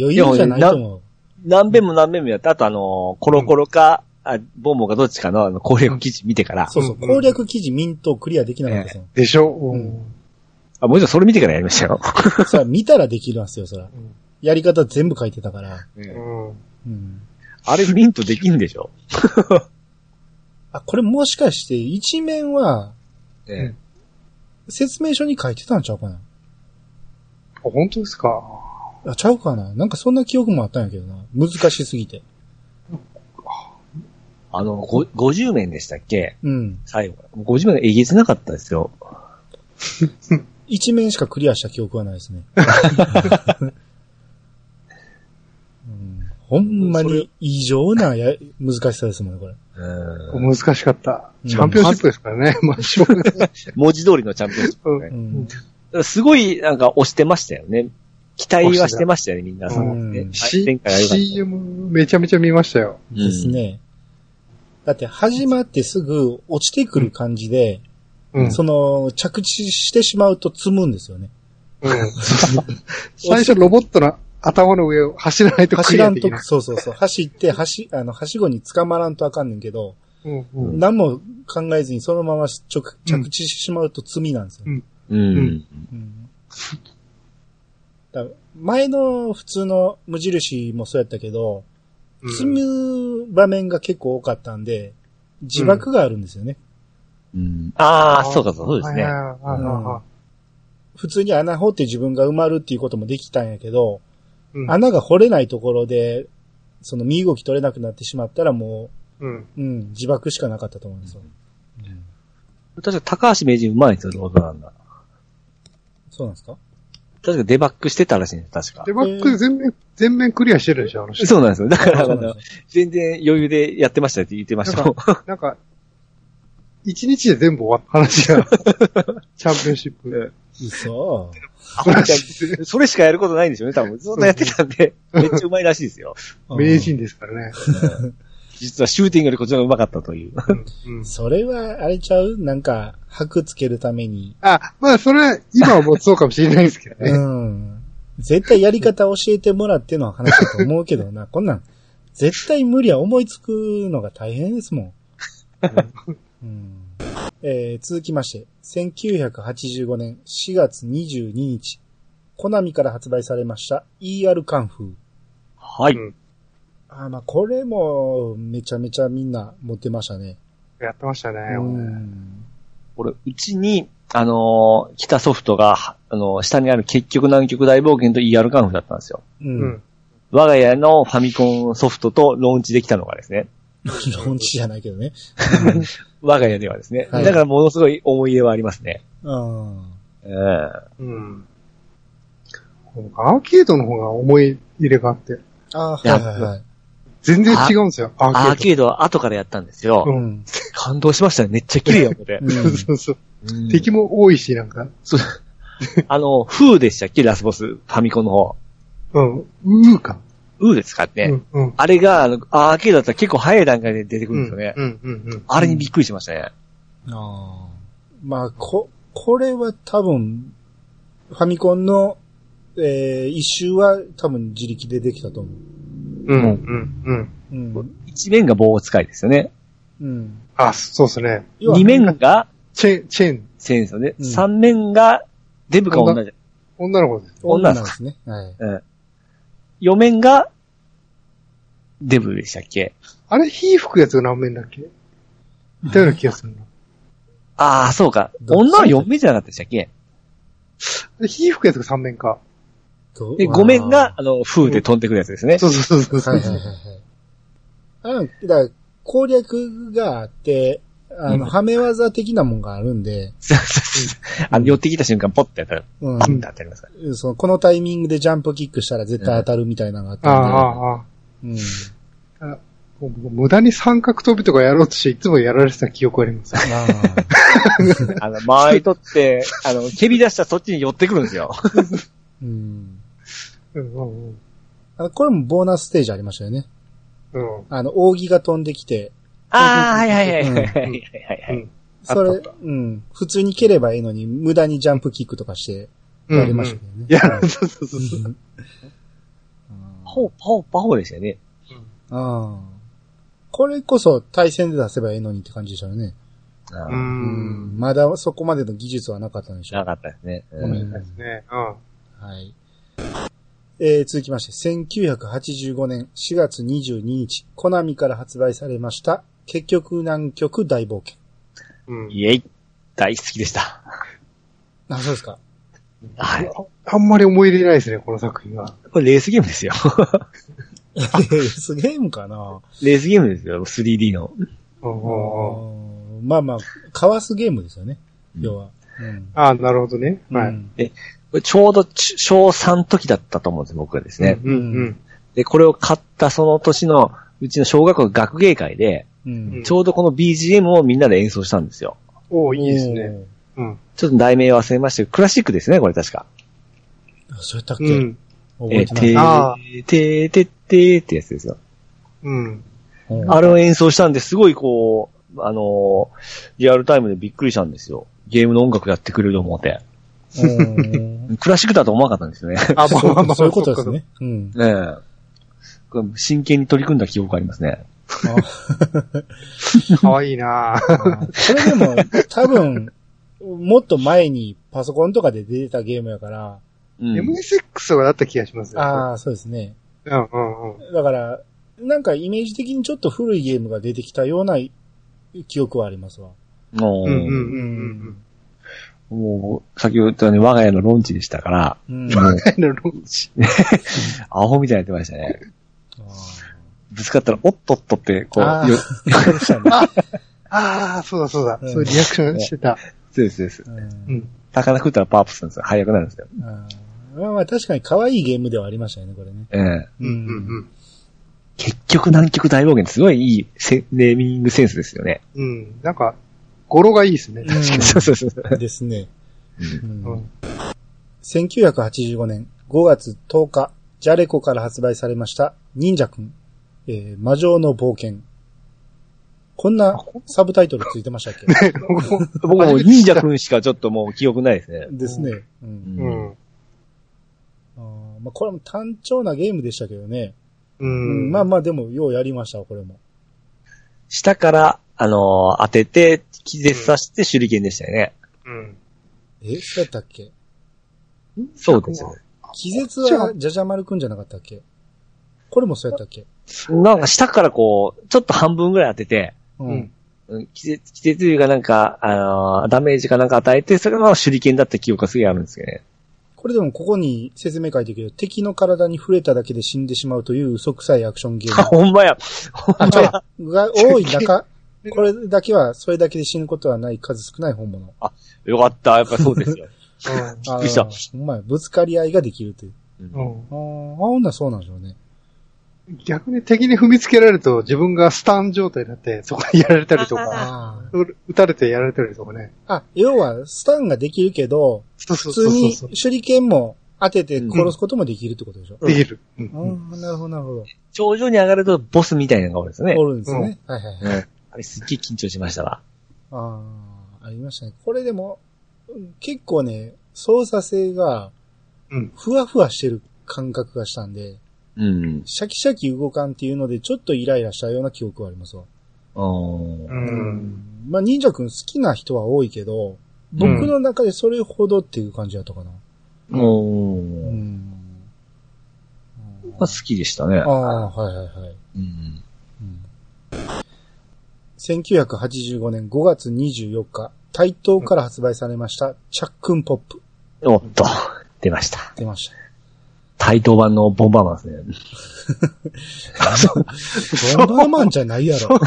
A: 余裕じゃないと思う。
B: 何遍も何遍もやって、あとあの、コロコロか、あボンボかどっちかのあの攻略記事見てから、
A: そうそう、
C: うん
A: 攻略記事ミントクリアできなかったですよ。
C: でしょ
A: う
C: うんん。
B: あ、もちろんそれ見てからやりましたよ。
A: そら見たらできるんすよ、そら
C: ん。
A: やり方全部書いてたから。
C: うん。
A: うん。
B: あれミントできんでしょ
A: あ、これもしかして一面は
B: え
A: 説明書に書いてたんちゃうかな
C: あ本当ですか
A: あ、ちゃうかななんかそんな記憶もあったんやけどな。難しすぎて。
B: あの、ご50面でしたっけ
A: うん。
B: 最後。50面がえげつなかったですよ。
A: 一面しかクリアした記憶はないですね。 うん、ほんまに異常なや難しさですもんね、これ。
B: うん。
C: 難しかった
A: う。ん
C: チャンピオンシップですから ね。まあ、しょうがない。
B: 文字通りのチャンピオンシップね
A: う
C: う
A: ん。
B: すごい、なんか押してましたよね。期待はしてましたよね、みんな。その
A: うん
B: ね
C: C-
B: 前回は良かった
C: CM めちゃめちゃ見ましたよ。
B: ん
A: ですね。だって始まってすぐ落ちてくる感じで、
C: うん。
A: その着地してしまうと積むんですよね。
C: うん最初ロボットの頭の上を走らないとク
A: 走
C: リ
A: ら
C: ア
A: ん
C: で
A: と
C: きな、い。
A: そうそうそう。走って、はし、あの、はしごに捕まらんとあかんねんけど、
C: うんうん
A: 何も考えずにそのまま直
C: うん
A: 着地してしまうと罪なんですよ。
B: う。
C: うん
A: うんだから前の普通の無印もそうやったけど、積む場面が結構多かったんで、自爆があるんですよね。
B: うん。ああ、そうか、そうですね。
C: はいはいはいは
A: 普通に穴掘って自分が埋まるっていうこともできたんやけど、
C: いうん
A: 穴が掘れないところで、その身動き取れなくなってしまったらも
C: うん
A: う、うん、自爆しかなかったと思うんですよ。
B: 確か高橋名人うまいんですよ、ロードランナー。
A: そうなんですか
B: 確かデバッグしてたらしいんです、確か
C: で、。バック全面、全面クリアしてるでしょ、あの人。
B: そうなんですよ。だから、あ
A: そうなん
B: の
A: で、すよ
B: 全然余裕でやってましたって言ってましたもん。
C: なんか、一日で全部終わった話 が、チャンピオンシップ。
A: 嘘。
B: それしかやることないんでしょうね、多分。ずっとやってたんで、めっちゃうまいらしいですよ。
C: 名人ですからね。
B: 実はシューティングよりこっちの方がうまかったという。
C: うんうん
A: それは、あれちゃうなんか、白つけるために。
C: あ、まあ、それは、今はもうそうかもしれないですけど
A: う
C: ね。
A: ん。絶対やり方教えてもらっての話だと思うけど な。こんなん、絶対無理は思いつくのが大変です もん。うんえー続きまして、1985年4月22日、コナミから発売されました ER カンフー。
B: はい。
C: うん
A: あーまあ、これも、めちゃめちゃみんな持ってましたね。
C: やってましたね。
A: うん。
B: これ、うちに、あのー来たソフトが、あのー下にある結局南極大冒険と ER カンフだったんですよ。
A: う。
C: うんん。
B: 我が家のファミコンソフトとローンチできたのがですね。
A: ローンチじゃないけ どね。
B: 我が家ではですね。
A: はい
B: だからものすごい思い入れはありますね。
A: うん。
B: ええ
C: うん。アーケードの方が思い入れがあって、
A: あーはいはいはい。
C: 全然違うんですよ、ア
B: アー
C: ーケー
B: ケードは後からやったんですよ。
C: う
A: うん。
B: 感動しましたね。めっちゃ綺麗やもんね。
A: うん
C: ド。そうそう。
B: う ん
C: 敵も多いし、なんか。
B: そうあの、フーでしたっけラスボス。ファミコンの方。
C: うん。うーか。
B: ウーですかね。
C: うん。うん。
B: あれが、あの、アーケードだったら結構早い段階で出てくるんですよね。
C: うん。うん。
B: あれにびっくりしましたね。
A: ああ。まあ、こ、これは多分、ファミコンの、えー、一周は多分自力でできたと思う。
C: うん。うん。うん。
A: うん。
B: 一面が棒使いですよね。
A: うん。
C: あ、そうですね。
A: 要は
B: 二面が
C: チェーン、チェーン、
B: センスよね。
A: うん
B: 三面がデブか女じゃ、
C: 女の子です。
A: 女なんですね。はい。
B: うん。四面がデブでしたっけ
C: あれ、火吹くやつが何面だっけいたような気がするな。
B: ああ、そうか。
A: どっち
B: 女は四面じゃなかったでしたっけ
C: あれ火吹くやつが3面か。
A: ど
B: で、
A: わー
B: 五面が、あの、風で飛んでくるやつですね。
C: そうそうそうそ
A: は
C: う
A: いはいはいはい。あの、だから攻略があって、ああ
B: うん
A: の、はめ技的なもんがあるんで、
B: そうそうそうあの、寄ってきた瞬間、ポッてやったら、
A: うん
B: バンって当たりますから。
A: その、このタイミングでジャンプキックしたら絶対当たるみたいなのがあっ
C: あ
A: たんで、
C: あ、ああ。
A: うん。
C: もう僕無駄に三角飛びとかやろうとして、いつもやられてた記憶あります。
A: あ
B: あの、間合い取って、 あの、蹴り出したらそっちに寄ってくるんですよ。
A: ーうん。
C: うんうんうん。
A: あこれもボーナスステージありましたよね。
C: うん。
A: あの、扇が飛んできて、
B: ああ、はいはいはい
A: うん
B: はいはいはいはい。
A: そ
B: あ
A: れ
B: ったあ、
A: うん。普通に蹴ればいいのに、無駄にジャンプキックとかして、
C: うん
A: やりましたけどね。
C: いや、 そうそうそうそう。
A: うん
B: パオパオパオでしたよね。
A: ああ。これこそ対戦で出せばいいのにって感じでしたよね。
B: あ
C: う
B: ー
C: ん。
A: まだそこまでの技術はなかったんでしょ
B: な
A: う。
B: かったですね。
A: う
B: うんん
C: ですね。うん。
A: はい。えー続きまして、1985年4月22日、コナミから発売されました、結局南極大冒険。
C: うん
B: イェイ大好きでした。
A: あ、そうですか。
B: はい。
C: あんまり思い入れないですね、この作品は。
B: これレースゲームですよ。
A: すげえんかな
B: レースゲームですよ、3D の。
C: うん
A: う
C: うんうん
A: んまあまあ、かわすゲームですよね。要は。うん
C: ああ、なるほどね。は
A: う
C: い。
A: ん
B: これちょうどち小3時だったと思うんです、僕はですね。
C: うんうん
B: で、これを買ったその年の、うちの小学校の学芸会で、
A: う
C: うんん。
B: ちょうどこの BGM をみんなで演奏したんですよ。
C: おーいいですね。うん。
B: ちょっと題名を忘れましたけど、クラシックですね、これ確か。
A: おー。そうやったっけ、
C: うん。
A: 覚
B: え
A: え
B: ー、
A: てない。
B: て
C: あ
B: ー、てー、てってーってやつですよ。
C: うん。
A: うん
B: あれを演奏したんで、すごいこう、あのーリアルタイムでびっくりしたんですよ。ゲームの音楽やってくれると思って。
A: うん
B: クラシックだと思わなかったんですよね。
C: あ、まあまあまあ、
A: そういうことですね。うん。
B: ねえ。これ真剣に取り組んだ記憶がありますね。
C: そっか。かわいいなぁ
A: それでも、多分、もっと前にパソコンとかで出てたゲームやから、
B: うん
C: MSX がだった気がしますよ。
A: ああ、そうですね。
C: うんうんうん。
A: だから、なんかイメージ的にちょっと古いゲームが出てきたような記憶はありますわ。
B: も
C: う
B: う、
C: んうん
A: う
C: うんうん。。
B: もう、先ほど言ったように我が家のロンチでしたから、
A: うん。
B: もう、
C: なるほど
B: アホみたいになってましたね。
A: あ
B: ぶつかったら、おっとっとって、こう、
A: あー
B: よ
A: ーそうでしたね
C: ああ、そうだそうだ。
A: うん
C: そういうリアクションしてた。
B: そうです、そうです。
A: う
C: うんん。
B: 魚食ったらパープするんですよ。早くなるんですよ。
A: あーまあまあ確かに可愛いゲームではありましたよね、これね。
B: ええ
C: うんうん
B: 結局、南極大冒険ってすごいいいせネーミングセンスですよね。
C: うん。うん。なんか、語呂がいいですね。
A: うん
B: そうそうそう。
A: ですね。う
C: うんん。
A: 1985年5月10日、ジャレコから発売されました、忍者くん、えー魔女の冒険。こんなサブタイトルついてましたっけ
B: 僕も忍者くんしかちょっともう記憶ないですね。
A: ですね。うん
C: う
B: うん。
C: ん。
A: あーまあ、これも単調なゲームでしたけどね。
C: う
A: うん
C: ん。
A: まあまあでも、ようやりましたわこれも。
B: 下から、あのー当てて、気絶させて手裏剣でしたよね。
C: うん。
A: え、そうやったっけ
B: そうですよ。
A: 気絶はじゃじゃ丸くんじゃなかったっけこれもそうやったっけ
B: なんか下からこう、ちょっと半分ぐらい当てて、
A: う
C: うんん。
B: うん気絶、気絶というかなんか、あのーダメージかなんか与えて、それが手裏剣だった記憶がすげえあるんですよね。
A: これでもここに説明書いてるけど、敵の体に触れただけで死んでしまうという嘘くさいアクションゲー
B: あ、
A: ム。
B: ほんまや。
A: あ、違う。が多い 中、これだけは、それだけで死ぬことはない数少ない本物。
B: よかった。やっぱそうです よ。
A: あ
B: びっくりした
A: お前、ぶつかり合いができるという。
C: うん。うん
A: あーあ、ほんならそうなんでしょうね。
C: 逆に敵に踏みつけられると自分がスタン状態になってそこにやられたりとか、
A: あ
C: 撃たれてやられたりとかね。
A: あ。あ、要は、スタンができるけど、
C: そう
A: 普
C: そう
A: 通
C: そうそう
A: に
C: そう。
A: 手裏剣も当てて殺すこともできるってことでしょ。
C: できる。うん
A: ああ、なるほど、なるほど。
B: 頂上に上がるとボスみたいなのがおるんですよね
A: お。るんですね。はいはいはい。
B: うんあれすっげえ緊張しましたわ。
A: ああ、ありましたね。これでも、うん結構ね、操作性が
C: うん、
A: ふわふわしてる感覚がしたんで、
B: うん。
A: シャキシャキ動かんっていうので、ちょっとイライラしたような記憶はありますわ。
B: うん
C: う。
A: うんまあ、忍者くん好きな人は多いけど、僕の中でそれほどっていう感じだったかな。う
B: うん。
A: ん。うん
B: まあ好きでしたね
A: あ。あ、はいはいはい。
B: うん。
A: うん1985年5月24日、台東から発売されました、チャックンポップ。
B: おっと、出ました。
A: 出ました。
B: 対等版のボンバーマンですね。
A: ボンバーマンじゃないやろ。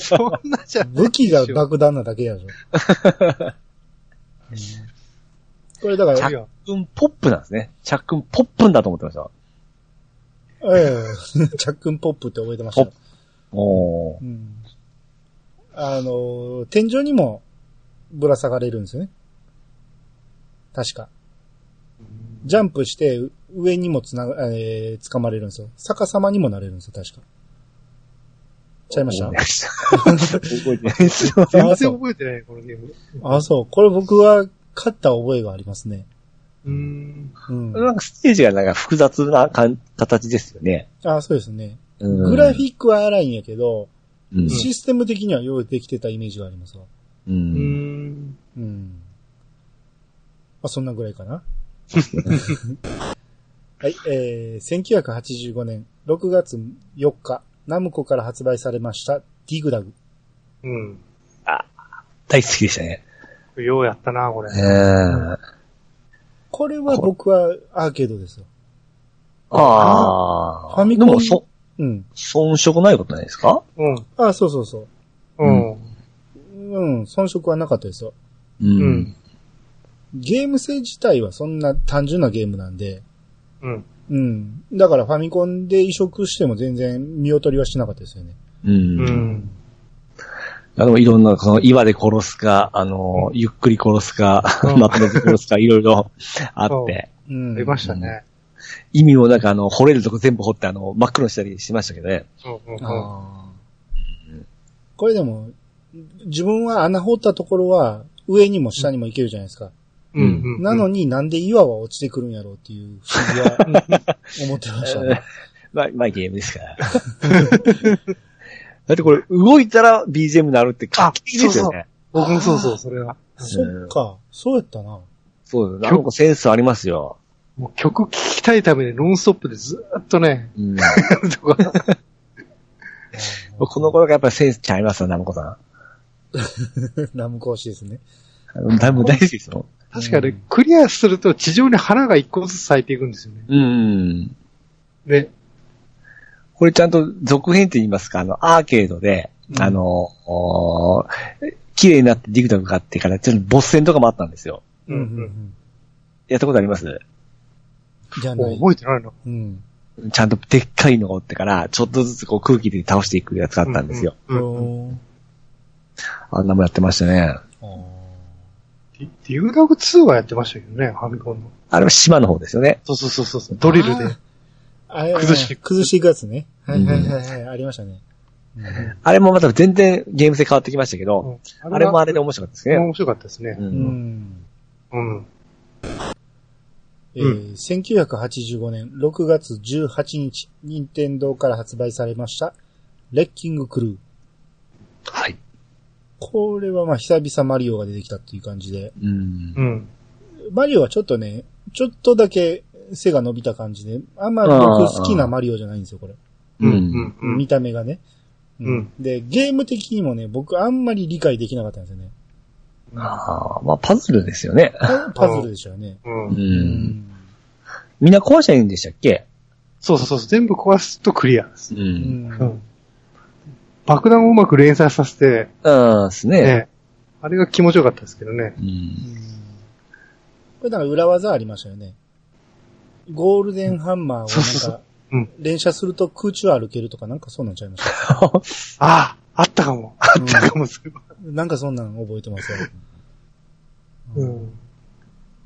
C: そんなじゃ、
A: 武器が爆弾なだけやろ。うんこれだから
B: チャ、ックンポップなんですね。チャックンポップンだと思ってました。
A: ええ、 チャックンポップって覚えてました
B: ポッ。おー。
A: うんあの、天井にもぶら下がれるんですよね。確か。ジャンプしてう上にもつなが、えー、掴まれるんですよ。逆さまにもなれるんですよ、確か。ちゃいました
B: 覚えてないです。覚えてない
C: 全
B: です。
C: 然覚えてない、このゲーム。
A: あ、そう。これ僕は勝った覚えがありますね。
C: うーん。
A: うん。
B: なんかステージがなんか複雑なかん形ですよね。
A: あ、そうですね。
B: うん
A: グラフィックは荒いんやけど、
B: うん
A: システム的にはようできてたイメージがありますわ。
C: う
B: う。
C: んーん。
A: うん。まあ、そんなぐらいか な。はい、えー、1985年6月4日、ナムコから発売されました、ディグダグ。
C: うん。
B: 大好きでしたね。
C: ようやったな、これ
B: え。ー。
A: これは僕はアーケードですよ。
B: ああ。
A: ファミコン
B: でも、そ、
A: うん。
B: 遜色ないことないですか
C: うん。
A: あ、そうそうそう。
C: うん。
A: うん、遜色はなかったですよ。
B: う
C: うん。
A: ゲーム性自体はそんな単純なゲームなんで、
C: うん。
A: うん。だからファミコンで移植しても全然見劣りはしなかったですよね。
B: う。
C: うんん。
B: あの、いろんな、その、岩で殺すか、あの、ゆっくり殺すか、
C: うん
B: まとめて殺すか、いろい ろあって、
A: うん。
C: ありましたね。
B: 意味もなんか、あの、掘れるとこ全部掘って、あの、真っ黒にしたりしましたけどね。
C: うんうんうん。
A: あーこれでも、自分は穴掘ったところは、上にも下にも行けるじゃないですか。
C: うんうんうん。
A: なのになんで岩は落ちてくるんやろうっていう不思議は思ってましたね。
B: まあ、まあ、ゲームです から。だってこれ、動いたら BGM になるって画期的ですよね。
C: 僕もそうそう、それは。
A: そっか、そうやったな。
B: そうです。なんかセンスありますよ。
C: もう曲聴きたいためにノンストップでずーっとね、
B: うん。
C: やるとか。
B: この頃がやっぱりセンスちゃいますよ、ナムコさん。
A: ラムコ推しですね。
B: あのだいぶ大好きですよ。
C: 確かね、クリアすると地上に花が一個ずつ咲いていくんですよね。
B: うん。
C: で、
B: これちゃんと続編って言いますか、あの、アーケードで、
C: うん
B: あの、おー綺麗になってディグダグ買ってから、ちょっとボス戦とかもあったんですよ。
A: うんうんうん。
B: やったことあります
A: じゃ
C: も
A: な
C: う
A: い。
C: 覚えてないの。
A: うん。
B: ちゃんとでっかいのがおってから、ちょっとずつこう空気で倒していくやつがあったんですよ。
C: うんうん。
B: あんなもんやってましたね。
A: あー
C: ディグダグ2はやってましたけどね、ファミコンの。
B: あれは島の方ですよね。
C: そうそうそうそう。ドリルで。
A: あれ
C: 崩してい
A: 崩していくやつね。はいはいはいはい、ありましたね。
B: あれもまた全然ゲーム性変わってきましたけど、
C: うん
B: あれもあれで面白かったですね。
C: 面白かったですね。
B: う
A: うんん。
C: うん。
A: えー1985年6月18日、任天堂から発売されました、レッキングクルー。
B: はい。
A: これはまあ久々マリオが出てきたっていう感じで、
B: うん
C: うん。
A: マリオはちょっとね、ちょっとだけ背が伸びた感じで、あんま僕好きなマリオじゃないんですよ、これ。
C: うん。う
B: うん
C: ん。うん
A: 見た目がね。
C: うん
A: で、ゲーム的にもね、僕あんまり理解できなかったんですよね。
B: あーまあ、パズルですよね。
A: パパズルでしたよね。
C: う。
B: うんん。みんな壊しちゃいいんでしたっけ
C: そうそうそう。全部壊すとクリアです。
B: う。
A: うんん
C: うん。爆弾をうまく連鎖させて、
B: うん、ですね。
C: ね、あれが気持ちよかったですけどね。
B: うん。
A: これなんか裏技ありましたよね。ゴールデンハンマ
C: そう
A: ー
C: そ
A: を
C: う
A: なんか
C: うん、
A: 連射すると空中歩けるとかなんかそうなんちゃいました。
C: ああ、あったかも。あったかも、それは。
A: なんかそんなん覚えてますよ。
C: うん。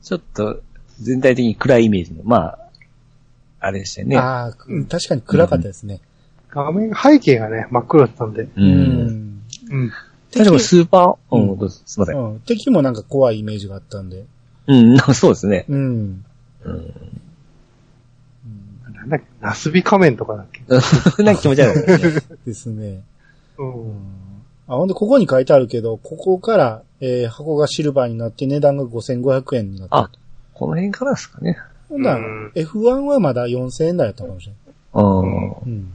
B: ちょっと、全体的に暗いイメージの、まあ、あれでしたよね。
A: ああ、く確かに暗かったですね。
C: 画面、背景がね、真っ黒だったんで。
B: う。
A: うんん。
C: うん。
B: 確かに
A: 敵
B: スーパー、
A: うん
B: うん、どうぞすいません。
A: うん敵もなんか怖いイメージがあったんで。
B: うん、 なんかそうですね。
A: うん。
B: うん。
A: うん
C: なんだっけ、ナスビ仮面とかだっけ。
B: なんか気持ち悪いですね。
A: ですね。
C: う。
A: うんんあ、ほんで、ここに書いてあるけど、ここから、えー箱がシルバーになって値段が5500円になった
B: あ。この辺からですかね。
A: ほんなら
C: うん、
A: F1 はまだ4000円台だったかもしれない。
B: うん。
A: うん。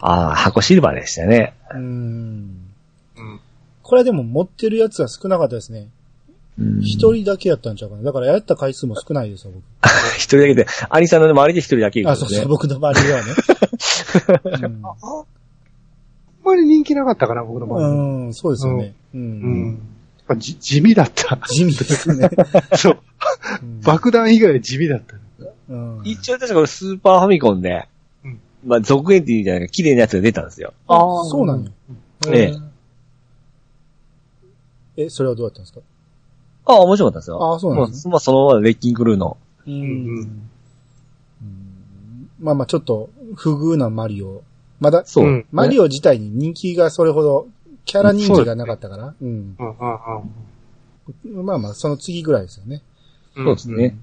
B: ああ、箱シルバーでしたね。
A: うーん。
C: うん
A: これはでも持ってるやつは少なかったですね。一
B: 一、
A: 人だけやったんちゃうかな。だからやった回数も少ないですよ、僕。
B: 一人だけで、アニさんの周りで一人だけいるん
A: あ、
B: で
A: そう
B: す
A: そ
B: ね
A: う、。僕の周りでは ね。うん
C: ああんまり人気なかったかな、僕の場合。うん。
A: うん、そうですよね。うん。
C: まあじ地味だった。
A: 地味です ね。
C: そう。爆弾以外は地味だった。
A: うん。
B: 一応確かこれスーパーファミコンで、
C: うん
B: まあ続編っていうんじゃないか、綺麗なやつが出たんですよ。
A: ああ、そうなんや。
B: ええ
A: え。え、それはどうだったんですか
B: ああ、面白かったですよ。
A: ああ、そうなんですね。
B: まあ、そのままレッキングルーの。
A: う。
C: うんうん
A: まあまあ、ちょっと、不遇なマリオ。まだ、
B: そう。
C: うん
A: マリオ自体に人気がそれほど、キャラ人気がなかったから。うん。
C: うんうん
A: まあまあ、その次ぐらいですよね。
C: うん。
B: そうですね。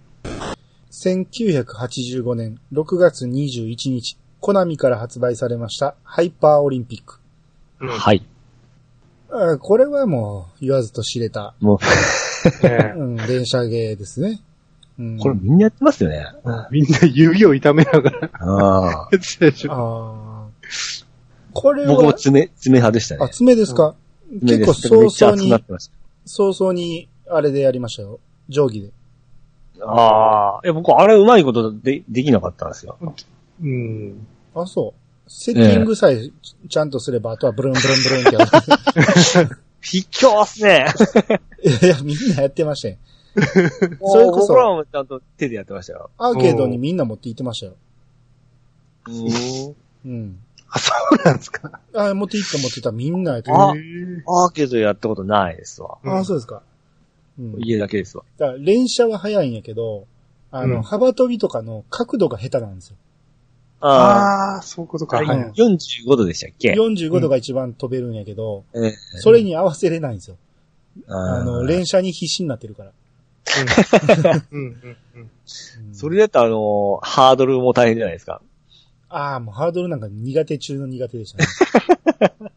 A: 1985年6月21日、コナミから発売されました、ハイパーオリンピック。
C: うん。
B: はい。
A: あーこれはもう、言わずと知れた、
B: もう、
C: ね
A: うん、電車芸ですね。うん、
B: これみんなやってますよね。
C: みんな指を痛めながら
B: ああ。
C: やってたでしょ。
A: あーこれ
B: 僕も
A: は、
B: 爪、爪派でした
A: あ、
B: ね。
A: 爪ですか、
B: 爪
A: 結
B: で
A: 構
B: すめっち
A: 早
B: ゃ
A: 々
B: 熱くなっ
A: に、
B: てまし
A: 早々に、あれでやりましたよ。定規で。
B: た。ああ。いや、僕、あれうまいことで、できなかったんですよ。
C: うん。
A: あ、そう。セッティングさえちちゃんとすれば、あとはブルンブルンブルンってや
B: 卑怯っすね。
A: る。 いや、みんなやってましたよ。
B: それこそ。
A: 僕
B: 僕
A: ら
B: らもちゃんと手でやってましたよ。
A: アーケードにみんな持って行ってましたよ。
B: うん。
A: うん。
C: あ、そうなんですか。
A: あ、持って行った持ってたみんなやって
B: あ
C: へえ
B: アーケードやったことないですわ。
A: ああ、そうですか。うん。
B: 家だけですわ。
A: だから連射は速いんやけど、あの、
C: うん
A: 幅跳びとかの角度が下手なんですよ。
B: あ
C: ああ、そういうこと
B: あ。
C: か。
B: は
C: はいい。
A: うん
B: 45度でしたっけ
A: 45度が一番飛べるんやけど、
B: ええ
A: それに合わせれないんですよ。あ
B: あ
A: の、
B: の、
A: 連射に必死になってるから。
C: うんうんうん。
A: うん
B: それだとあの、ハードルも大変じゃないですか。
A: ああ、もうハードルなんか苦手中の苦手でしたね。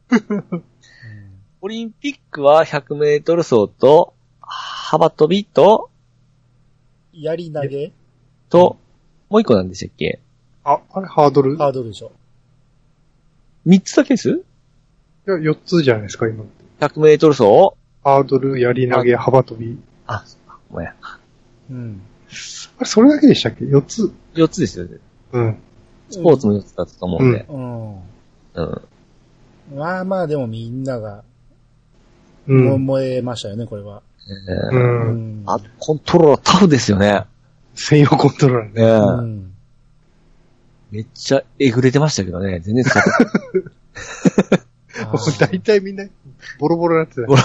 B: オリンピックは100メートル走と、幅跳びと、
A: うんやり投げ
B: と、もう一個なんでしたっけ
C: あ、あれハードルい
A: ハードルでしょ。
B: 三つだけです
C: や、4つじゃないですか、今。
B: ?100 メートル走
C: ハードル、やり投げ、幅跳び。
B: あ、ごめん。
A: うん。
C: あれ、それだけでしたっけ ?4 つ。
B: 四つですよね。
C: うん。
B: スポーツも四つだったと思うんで。
A: うん。
B: うん。
A: まあまあ、でもみんなが、
C: う
A: も
C: ん。
A: 燃えましたよね、これは。
B: ええ
A: う
C: う
A: ん。
C: ん。
B: あ、コントローラータフですよね。
C: 専用コントローラーね。
B: ねえ
A: うん。
B: めっちゃえぐれてましたけどね。全然使ってない
A: あ
C: もう
A: ー
C: 大体みんな、ボロボロになってた。
B: ボロ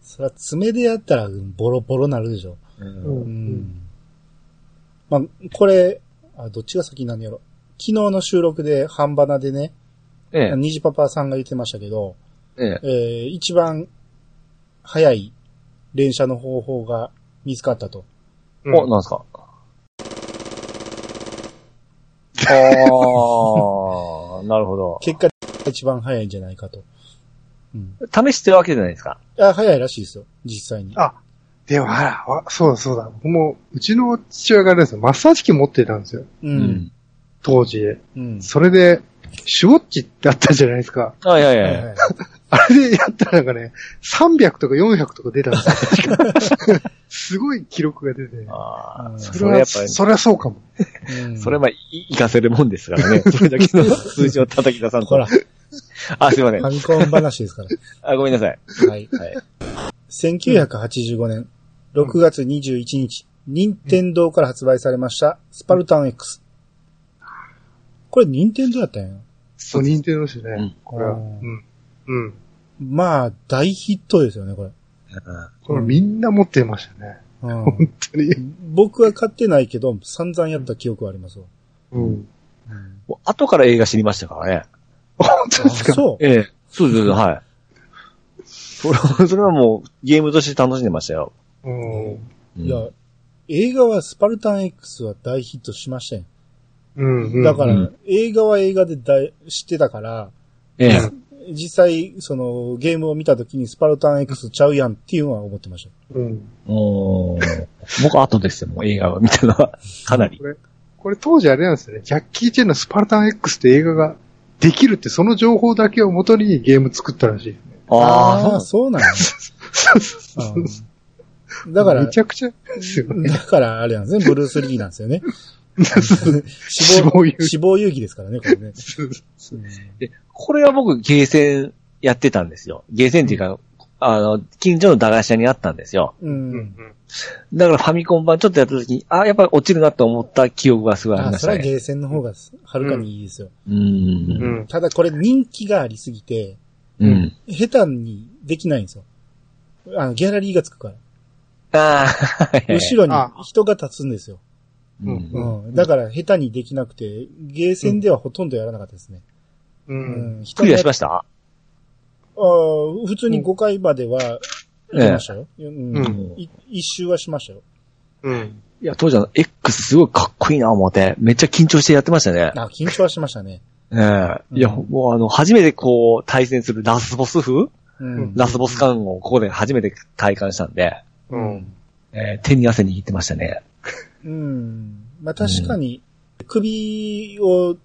A: そりゃ爪でやったらうんボロボロなるでしょ。
B: うん
C: う。
A: うんん。まあ、これ、あ、どっちが先なんやろ。昨日の収録で半ばなでね、
B: ええ。
A: 虹パパさんが言ってましたけど、
B: ええ。
A: えー一番早い連射の方法が見つかったと。
C: う
B: お、
C: ん
B: なんすかああ、なるほど。
A: 結果、一番早いんじゃないかと。うん。
B: 試してるわけじゃないですか。
A: あ、早いらしいですよ、実際に。
C: あでも、あら、わそうだそうだ。僕も、うちの父親があれですよマッサージ機持ってたんですよ。
A: う。。
B: うん
C: 当時。
A: うん。
C: それで、シュウォッチだったじゃないですか。
B: あ、いやい
A: は
B: や
A: い
B: い
A: は
B: や。
A: い
C: あれでやったらなんかね、300とか400とか出たんですよ。すごい記録が出て。
B: あ
A: うん
B: あ、
C: そ
B: それ
C: れ
B: はや
C: は、
B: っぱり、
C: それはそうかも。
A: うん
B: それはまあ、いいかせるもんですからね。それだけの数字を叩き出さん
A: ほ
B: と。
A: ら、フ
B: あ、すいません
A: ァ。ミコン話ですから。
B: あ、ごめんなさい。
A: はい。
B: はい。
A: 1985年6月21日、任天堂から発売されました、スパルタン X。これ任天堂だったんや。
C: そう、認定のしね、
B: うん
C: これは。
A: う
C: うんん。うん。
A: まあ、大ヒットですよね、これ。
C: これみんな持ってましたね。
A: うん、
C: 本当に。
A: 僕は買ってないけど、散々やった記憶はありますわ。
C: うん。
B: もう後から映画知りましたからね。
C: 本当
A: あ
C: ですか
A: そう。
B: ええ。そうです、はい。それは、それはもう、ゲームとして楽しんでましたよ。
C: うん。
B: うん
A: いや、映画はスパルタン X は大ヒットしましたよ。
C: うん、うん。
A: だから、
B: うん
A: 映画は映画で大知ってたから、
B: ええ。
A: 実際、その、ゲームを見た時にスパルタン X ちゃうやんっていうのは思ってました。
C: うん。
B: おー僕は後ですよ、もう映画を見たのは。かなり
C: こ。れ、これ当時あれなんですよね。ジャッキー・チェンのスパルタン X って映画ができるって、その情報だけを元にゲーム作ったらしい。
A: ああー、
B: あ
A: そうなんや。
C: そうそうそう
A: うんだから
C: め、ちゃくちゃですよね。
A: だからあれなんですね、ブルース・リーなんです よね。死
C: 死
A: 亡、
C: 亡遊
A: 死亡遊戯ですからね、これ ね。
B: で、これは僕、ゲーセンやってたんですよ。ゲーセンっていうか、あの、近所の駄菓子屋にあったんですよ。
A: う。
C: うんん
B: だからファミコン版ちょっとやった時に、あ、やっぱり落ちるなと思った記憶がすごいあり
A: あ、
B: まし
A: それ
B: た
A: は
B: ね。
A: ゲーセンの方がはるかにいいですよ。
B: うー。
C: うんん。
A: ただこれ人気がありすぎて、
B: うん。
A: 下手にできないんですよ。あの、ギャラリーがつくから。
B: ああ、
A: 後ろに
C: あ
A: 人が立つんですよ。
B: う。
C: うん
A: うんだから下手にできなくて、ゲーセンではほとんどやらなかったですね。
C: う。
A: うんん人
B: ク
A: に
B: リ
A: や
B: ア
A: っ
B: しました
A: あー普通に5回までは行きましたよ。うん
C: うん
A: い一周はしましたよ。
C: うん。
B: いや、当時の X すごいかっこいいな思って、めっちゃ緊張してやってましたね。
A: あ、緊張はしましたね。
B: ええ。いや、
A: うん
B: もうあの、初めてこう、対戦するラスボス風
A: うん。
B: ラスボス感をここで初めて体感したんで、
C: うん。
B: えー手に汗握ってましたね。
A: うん。まあ確かに、首を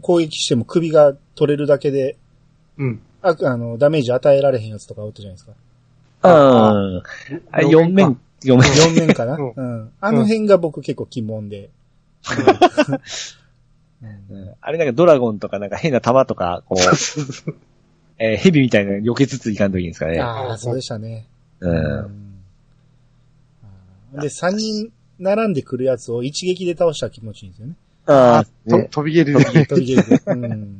A: 攻撃しても首が取れるだけで、
C: うん。
A: ああの、ダメージ与えられへんやつとかおったじゃない ですか。
B: うん。
C: あ
B: あ四面、四面。
A: 4面かな、う
C: うんん、
A: あの辺が僕結構鬼門で。
B: あれなんかドラゴンとかなんか変な弾とか、こう、 えー蛇みたいなの避けつついかんといいんですかね。
A: ああ、そうでしたね。
B: うん。
A: うんで、3人並んでくるやつを一撃で倒したら気持ちいいんですよね。
B: あー
C: と
B: ね
C: 飛び蹴りで。はい
A: 飛び蹴りで。うん。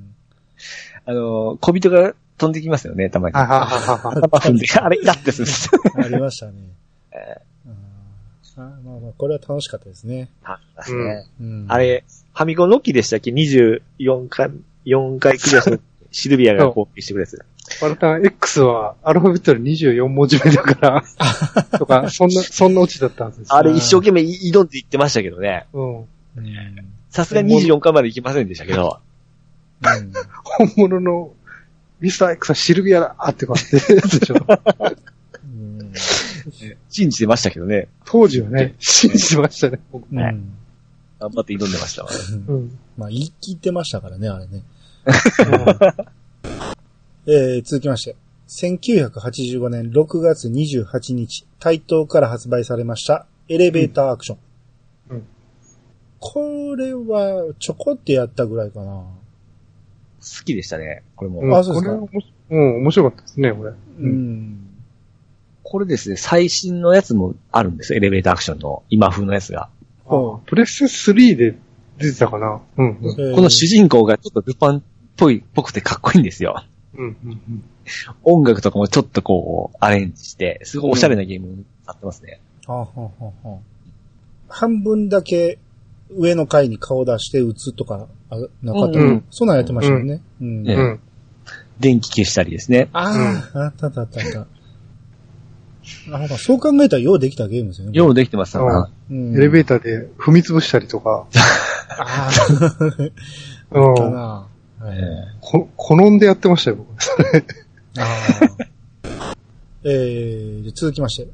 B: あのー、小人が飛んできますよね、たまに
C: は。いはいはい。
B: 頭踏んで、 あれ、イラってするんです よ。
A: ありましたね。うんあまあまあ、これは楽しかったですね。
C: うん
A: うん、
D: あれ、ファミコンロッキーでしたっけ ?24 回、4回クリア したシルビアがコピーしてくれて
C: ワルタン X はアルファベットの24文字目だから、とか、そんな、そんなオチだったんですよ
B: あれ一生懸命挑んでいってましたけどね。
C: うん。
A: うん、
B: さすがに24回までいきませんでしたけど。
A: うん
C: 本物のミスター X はシルビアだって感じでしょ。
A: うん
B: 信じてましたけどね。
C: 当時はね、 信じましたね、僕。
A: う
B: ね
A: ん
B: 頑張って挑んでましたわ。
C: うん。
A: まあ、言い切ってましたからね、あれね。 えー続きまして。1985年6月28日、台東から発売されました、エレベーターアクション。
C: うんうん
A: これは、ちょこってやったぐらいかな。
B: 好きでしたね、これも。
C: うん
A: あそうですか
C: これは面白うん、面白かったですね、これ。
A: う。
C: うん
B: これですね、最新のやつもあるんですよ、エレベーターアクションの今風のやつが。
A: ほ
C: プレステ3で出てたかな。うん、うん
A: えー
B: この主人公がちょっとルパンっぽい、ぽくてかっこいいんですよ。
C: うん、うん。
B: 音楽とかもちょっとこう、アレンジして、すごいおしゃれなゲームになってますね。
A: あはあはあはあ半分だけ上の階に顔出して撃つとか、あなかった、
B: うん
A: そんなんやってましたよね。うん。
B: ね
C: うん。
B: 電気消したりですね。
A: ああ、あったあったあったあった。あなんかそう考えたらようできたゲームですよね。
B: ようできてますから。
A: うん、
C: エレベ
A: ー
C: ーターで踏み潰したりとか、
A: ター。あー
C: う
A: あった
C: ん、
A: な。は
B: え
A: い
B: え
C: こ、好んでやってましたよ、僕。
A: あーえー、続きまして、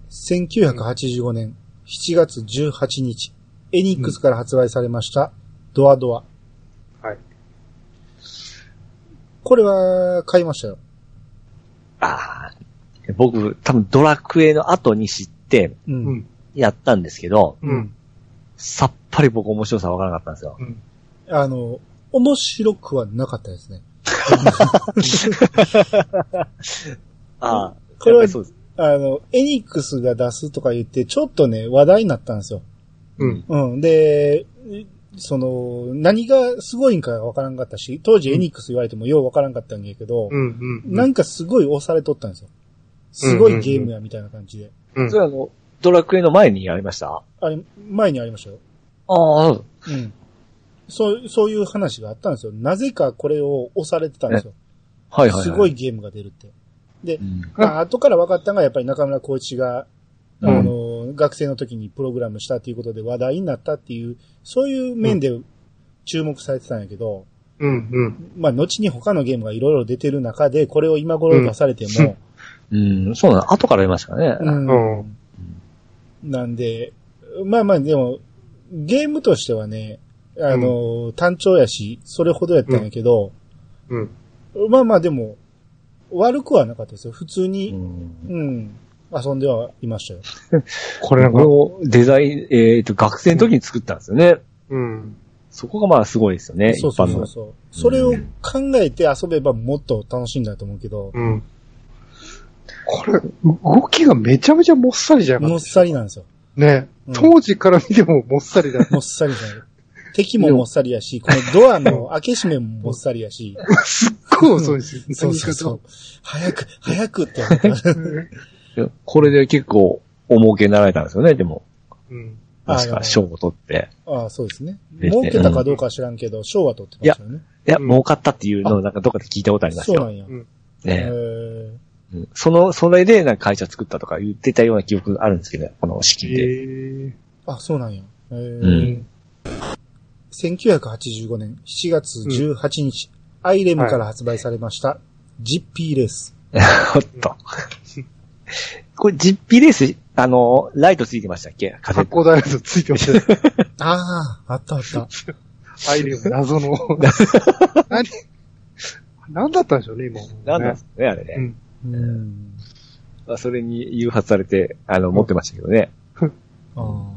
A: 1985年7月18日、エニックスから発売されました、ドアドア。
C: はい。
A: これは、買いましたよ。
B: ああ。僕、多分ドラクエの後に知って
A: う。
C: うんん、
B: やったんですけど、
C: うん、
B: さっぱり僕面白さわからなかったんですよ。
C: うん。
A: あの、面白くはなかったですね。
B: ああ。
A: これは
B: やっぱりそうです。
A: あの、エニックスが出すとか言って、ちょっとね、話題になったんですよ。
C: うん、
A: うん。で、その、何がすごいんかわからんかったし、当時エニックス言われてもようわからんかったんやけど、
C: うん、うん。
A: なんかすごい押されとったんですよ。すごいゲームやみたいな感じで。
C: うん
B: それはあの、ドラクエの前にやりました
A: あれ、前にありましたよ。
B: ああ、
A: うん。そう、そういう話があったんですよ。なぜかこれを押されてたんですよ。
B: はいはい、はい。
A: すごい。ゲームが出るって。
B: うん、
A: まあ、後から分かったのが、やっぱり中村光一が、あ
B: うん
A: の、学生の時にプログラムしたということで話題になったっていう、そういう面で注目されてたんやけど、
C: うん、うん。
A: まあ、後に他のゲームがいろいろ出てる中で、これを今頃出されても、
B: うん、そうなの。後からやりましたね。
A: うん
C: う
A: なんで、まあまあ、でも、ゲームとしてはね、あの、単調やし、それほどやったんやけど、
C: うん。
A: まあまあでも、悪くはなかったですよ。普通に
B: う、ん
A: うん。遊んではいましたよ。
C: これなん
B: こ
C: か
B: れ、をデザイン、えっと、学生の時に作ったんですよね。
C: うん。
B: そこがまあすごいですよね。
A: そうそうそう
B: 一
A: そう。それを考えて遊べばもっと楽しいんだと思うけど、
C: うん。これ、動きがめちゃめちゃもっさりじゃなか
A: も
C: っ
A: っさりなんですよ。
C: た。ね。
A: うん
C: 当時から見てももっさりだ。
A: もっさりじゃない。敵ももっさりやし、このドアの開け閉めももっさりやし、
C: すっごい遅いですよ。
A: そうそう そう。早く、早くって思った。
C: 何か
B: 般の。これで結構、重けになられたんですよね、でも。
C: うん。
A: あな
B: 確
A: るほ
B: か、
A: ど
B: 賞を取って。
A: ああ、そうですね。
B: で
A: 儲けたかどうかは知らんけど、賞は取ってましたよね。
B: いや、
C: うん
B: 儲かったっていうのをなんかどっかで聞いたことあります
A: そうな
B: よ。
A: んや。
C: うん
A: へ
B: ね
A: ー
B: うんその、それでなんか会社作ったとか言ってたような記憶があるんですけど、この
C: え
B: 資金で。
C: ー
A: あ、そうなんや。へー
B: うん
A: 1985年7月18日、アイレムから発売されました、ジッピーレース。
B: おっと。これ実費レース、あの、ライトついてましたっけカセッ
C: 発
B: ト。
C: 光ダイヤルついてましたよ。
A: ああ、あったあった。
C: アイリウム謎の。何何だったんでしょうね、今。
B: なんなんですかね、あれね。
C: うん
A: うん。
B: まあそれに誘発されて、あの、持ってましたけどね。
A: あー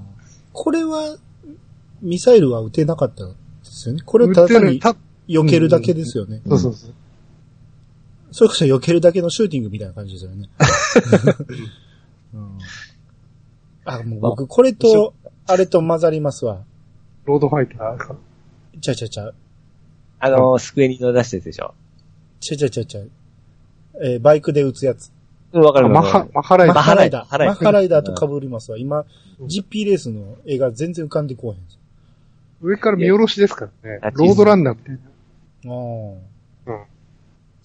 A: これは、ミサイルは撃てなかったですよね。これはただ単に
C: た
A: 避けるだけですよね。
C: そうそうそう。
A: それこそ避けるだけのシューティングみたいな感じですよ ね。うんあ、もう僕、これと、あれと混ざりますわ。
C: ロードファイターが。
A: ちゃうちゃうちゃう。
B: あの、スクエニの出したやつでしょ。
A: ちゃうちゃうちゃうちゃう。えーバイクで撃つやつ。
B: うん、わか
C: あ
B: る
C: マ
B: わか
C: ハ
B: る。、
C: マハライ
A: マ
C: ダー。
A: ハライダ
B: マハ
A: ー。
B: ライダー
A: マハライダーと被りますわ。今、GP レースの映画全然浮かんでこうへん。
C: 上から見下ろしですからね
B: あ。
C: ロードランナーみたいな。
A: あ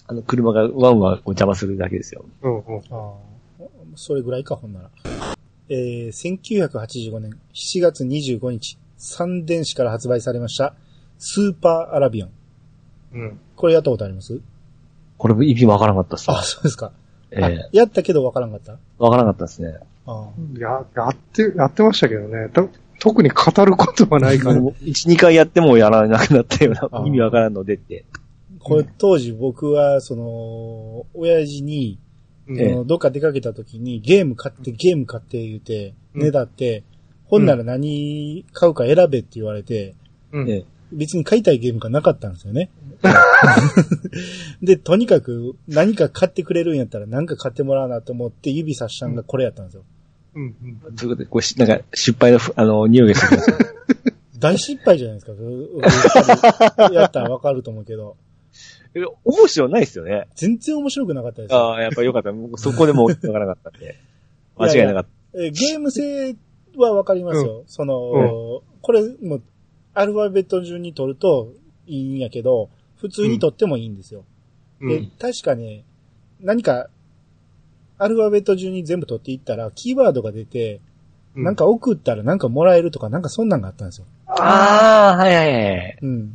B: あの、車がワンワンこう邪魔するだけですよ。
C: うんうん。
A: あああ。それぐらいか、ほんなら。えー、1985年7月25日、三電子から発売されました、スーパーアラビアン。
C: うん。
A: これやったことあります
B: これ意味わからなかったっす
A: あ
B: ね
A: あ、そうですか。
B: ええ
A: あやったけどわからんかった
B: わからなかったですね。
A: ああ。
C: や、やって、やってましたけどね。た特に語ることはないから。
B: 一、二回やってもやらなくなったよう
A: あ
B: な
A: ー
B: 意味わからんのでって。
A: これ当時僕は、その、親父に、
C: うん
B: ええ
A: そのどっか出かけた時にゲーム買って、ゲーム買って言うて、
C: うん
A: ねだって、ほんなら何買うか選べって言われて、
C: うん
B: ええ
A: 別に買いたいゲームがなかったんですよね。 で、とにかく何か買ってくれるんやったら何か買ってもらうなと思って指さしたんがこれやったんですよ。
C: うんうん
B: そういうことで、こうし、なんか、失敗のふ、あの、匂いがするんですよ。
A: 大失敗じゃないですか。それやったらわかると思うけど、
B: え面白 ないですよね。
A: 全然面白くなかったですよ。
B: ああ、やっぱよかった。そこでもう、わからなかったんで。間違いなかった。
A: えーゲーム性はわかりますよ。その、これもアルファベット順に取るといいんやけど、普通に取ってもいいんですよ。
C: う
A: で
C: ん。、
A: 確かね、何か、アルファベット順に全部取っていったら、キーワードが出て、
C: うん
A: なん、か送ったらなんかもらえるとか、なんかそんなんがあったんですよ。
B: ああ、はいはいはい。
A: うん。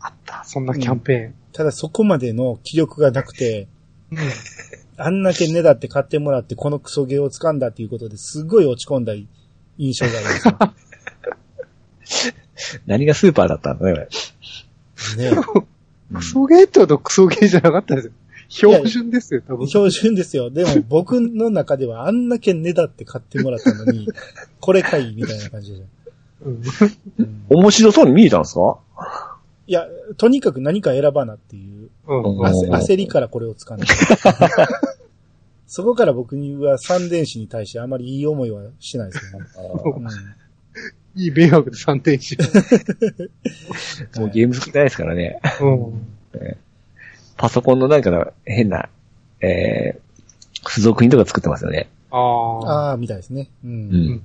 C: あった、そんなキャンペ
A: ただそこまでの気力がなくて、
C: ーン。
A: あんだけねだって買ってもらって、このクソゲーを掴んだっていうことですごい落ち込んだ印象があるんですよ。
B: 何がスーパーだったんだね、これ
A: ね
B: うん
C: クソゲーってことはクソゲーじゃなかったですよ。標準ですよ、多分。
A: 標準ですよ。でも僕の中ではあんだけねだって買ってもらったのに、これかいみたいな感じで、
C: うん
A: うん
B: 面白そうに見えたんですか
A: いや、とにかく何か選ばなっていう
C: うん
B: あ
C: うん
B: そう
A: 焦焦りからこれを掴んだ。そこから僕には三電子に対してあまりいい思いはしないですよね。うん
C: いい迷惑で3点し。
B: もうゲーム好きないですからね。
C: うん。
B: パソコンのなんか変な、えー、付属品とか作ってますよね。
C: ああ。
A: ああ、みたいですね。う。
B: うんん。